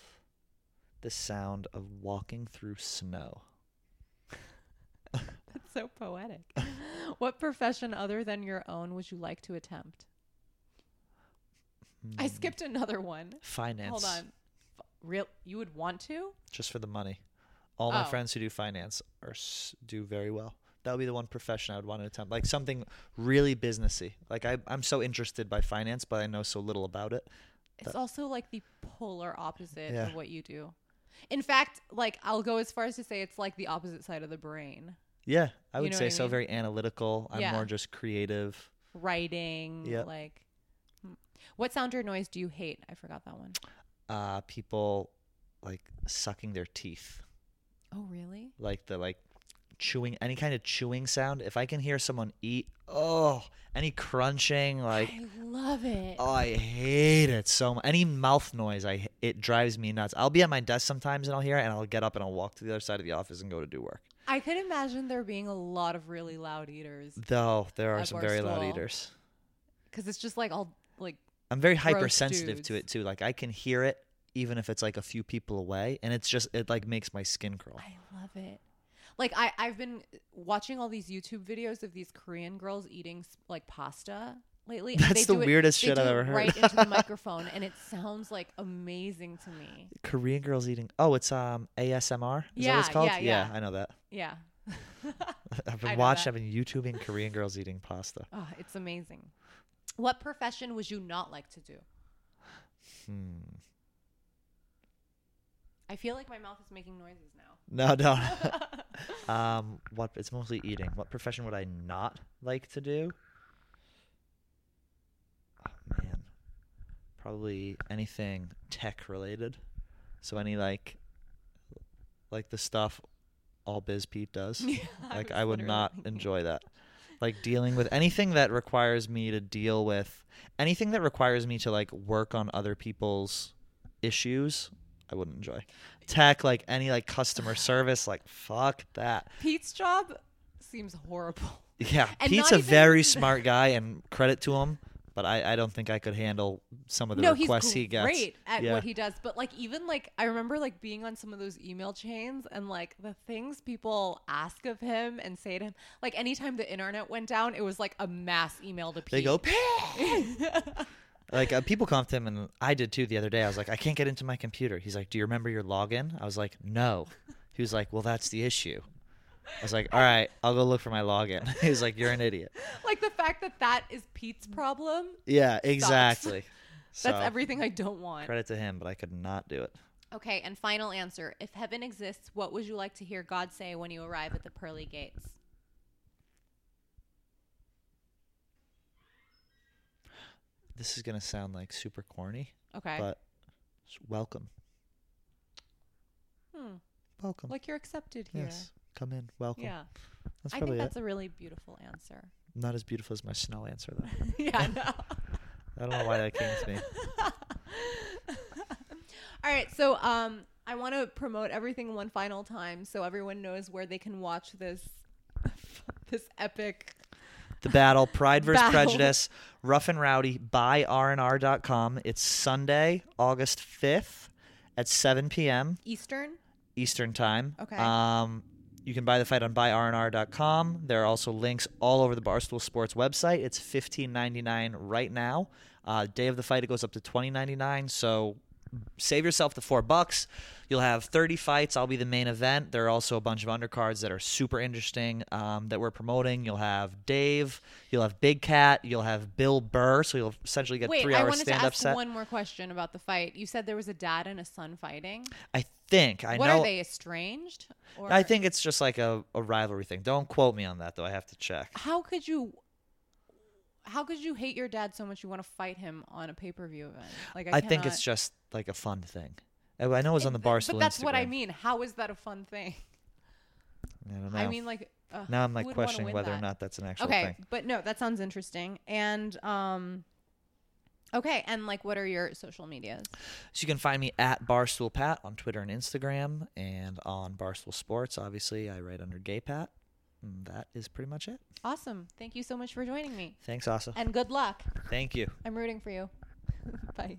the sound of walking through snow.
That's so poetic. what profession other than your own would you like to attempt? I
Mm,
skipped another one.
finance.
Hold on. F- Real you would want to?
Just for the money. All my
Oh.
friends who do finance are s- do very well. That would be the one profession I would want to attempt, like something really businessy. Like I, I'm so interested by finance, but I know so little about it.
It's also like the polar opposite
Yeah.
of what you do. In fact, like I'll go as far as to say it's like the opposite side of the brain.
Yeah, I
You
would
know what
say
I
so.
mean?
Very analytical. I'm
Yeah.
more just creative.
Writing,
Yep.
like Hmm. what sound or noise do you hate? I forgot that one.
uh, people like sucking their teeth,
Oh, really?
like the like chewing any kind of chewing sound. If I can hear someone eat, oh, any crunching, like
I love it.
oh, I hate it so much. Any mouth noise, I h- it drives me nuts. I'll be at my desk sometimes and I'll hear it, and I'll get up and I'll walk to the other side of the office and go to do work.
I could imagine there being a lot of really loud eaters
Though there are
At
some very loud
Barstool.
eaters.
cuz it's just like all like
I'm very
Gross
hypersensitive to
dudes.
it too. Like I can hear it even if it's like a few people away, and it's just it like makes my skin crawl.
I love it. Like I, I've been watching all these YouTube videos of these Korean girls eating like pasta lately. and
That's the
do it-
weirdest
they
shit
do
I've
it
ever heard.
Right into the microphone, and it sounds like amazing to me.
Korean girls eating. Oh, it's um ASMR. Is that what it's
Yeah,
called?
yeah, yeah.
I know that.
Yeah,
I've
I
been
know
watching.
that.
I've been YouTubing Korean girls eating pasta.
oh, it's amazing. What profession would you not like to do?
Hmm.
I feel like my mouth is making noises now.
No, no. um, what? It's mostly eating. What profession would I not like to do? Oh man, probably anything tech related. So any like, like the stuff all biz Pete does. like I would not enjoy that. Like dealing with anything that requires me to deal with anything that requires me to like work on other people's issues, I wouldn't enjoy. Tech, like any like customer service, like fuck that.
Pete's job seems horrible.
Yeah,
And
Pete's
not
a
even-
very smart guy, and credit to him. but I, I don't think I could handle some of the
no, he's
requests
great
he gets.
at
Yeah.
what he does. But like, even like, I remember like being on some of those email chains and like the things people ask of him and say to him. Like, anytime the internet went down, it was like a mass email to
they
Pete.
go, like uh, people come to him, and I did too the other day. I was like, I can't get into my computer. He's like, Do you remember your login? I was like, No. He was like, Well, that's the issue. I was like, All right, I'll go look for my login. he was like, You're an idiot.
like the fact that that is Pete's problem.
Yeah, exactly.
That's
So,
everything I don't want.
Credit to him, but I could not do it.
Okay, and final answer. If heaven exists, what would you like to hear God say when you arrive at the pearly gates?
This is gonna sound like super corny,
Okay.
but s- welcome,
hmm.
welcome.
Like you're accepted here.
yes, come in, welcome.
Yeah.
That's
I think
probably
that's
it.
a really beautiful answer.
Not as beautiful as my snow answer though.
yeah, I know.
I don't know why that came to me.
All right, so um, I want to promote everything one final time so everyone knows where they can watch this this epic.
The battle, Pride vs.
Battle.
Prejudice, Rough and Rowdy by RNR.com. It's Sunday, August 5th at 7 p.m.
Eastern.
Eastern Time.
Okay.
Um, you can buy the fight on buyrnr.com. There are also links all over the Barstool Sports website. It's fifteen ninety nine right now. Uh, day of the fight, it goes up to twenty ninety nine. So save yourself the four bucks. You'll have thirty fights. I'll be the main event. There are also a bunch of undercards that are super interesting um, that we're promoting. You'll have Dave. You'll have Big Cat. You'll have Bill Burr. So you'll essentially get
Wait,
three
I
hours
wanted to
stand up
ask
set.
one more question about the fight. You said there was a dad and a son fighting.
I think I
what
know.
are they estranged? Or
I think it's just like a, a rivalry thing. Don't quote me on that though. I have to check.
how could you how could you hate your dad so much you want to fight him on a pay-per-view event? Like I,
I, think it's
cannot-
just like a fun thing. I, I know it was on the Barstool
But that's what I
Instagram.
mean. How is that a fun thing?
I don't know.
I mean like uh,
now I'm
who
like
would wanna
questioning
win
whether or
that?
not that's an actual
Okay,
thing.
but no, that sounds interesting. And um Okay, and like what are your social medias?
So you can find me at Barstool Pat on Twitter and Instagram, and on Barstool Sports. Obviously, I write under Gay Pat. And that is pretty much it.
Awesome. Thank you so much for joining me.
Thanks, Asa.
And good luck.
Thank you.
I'm rooting for you. Bye.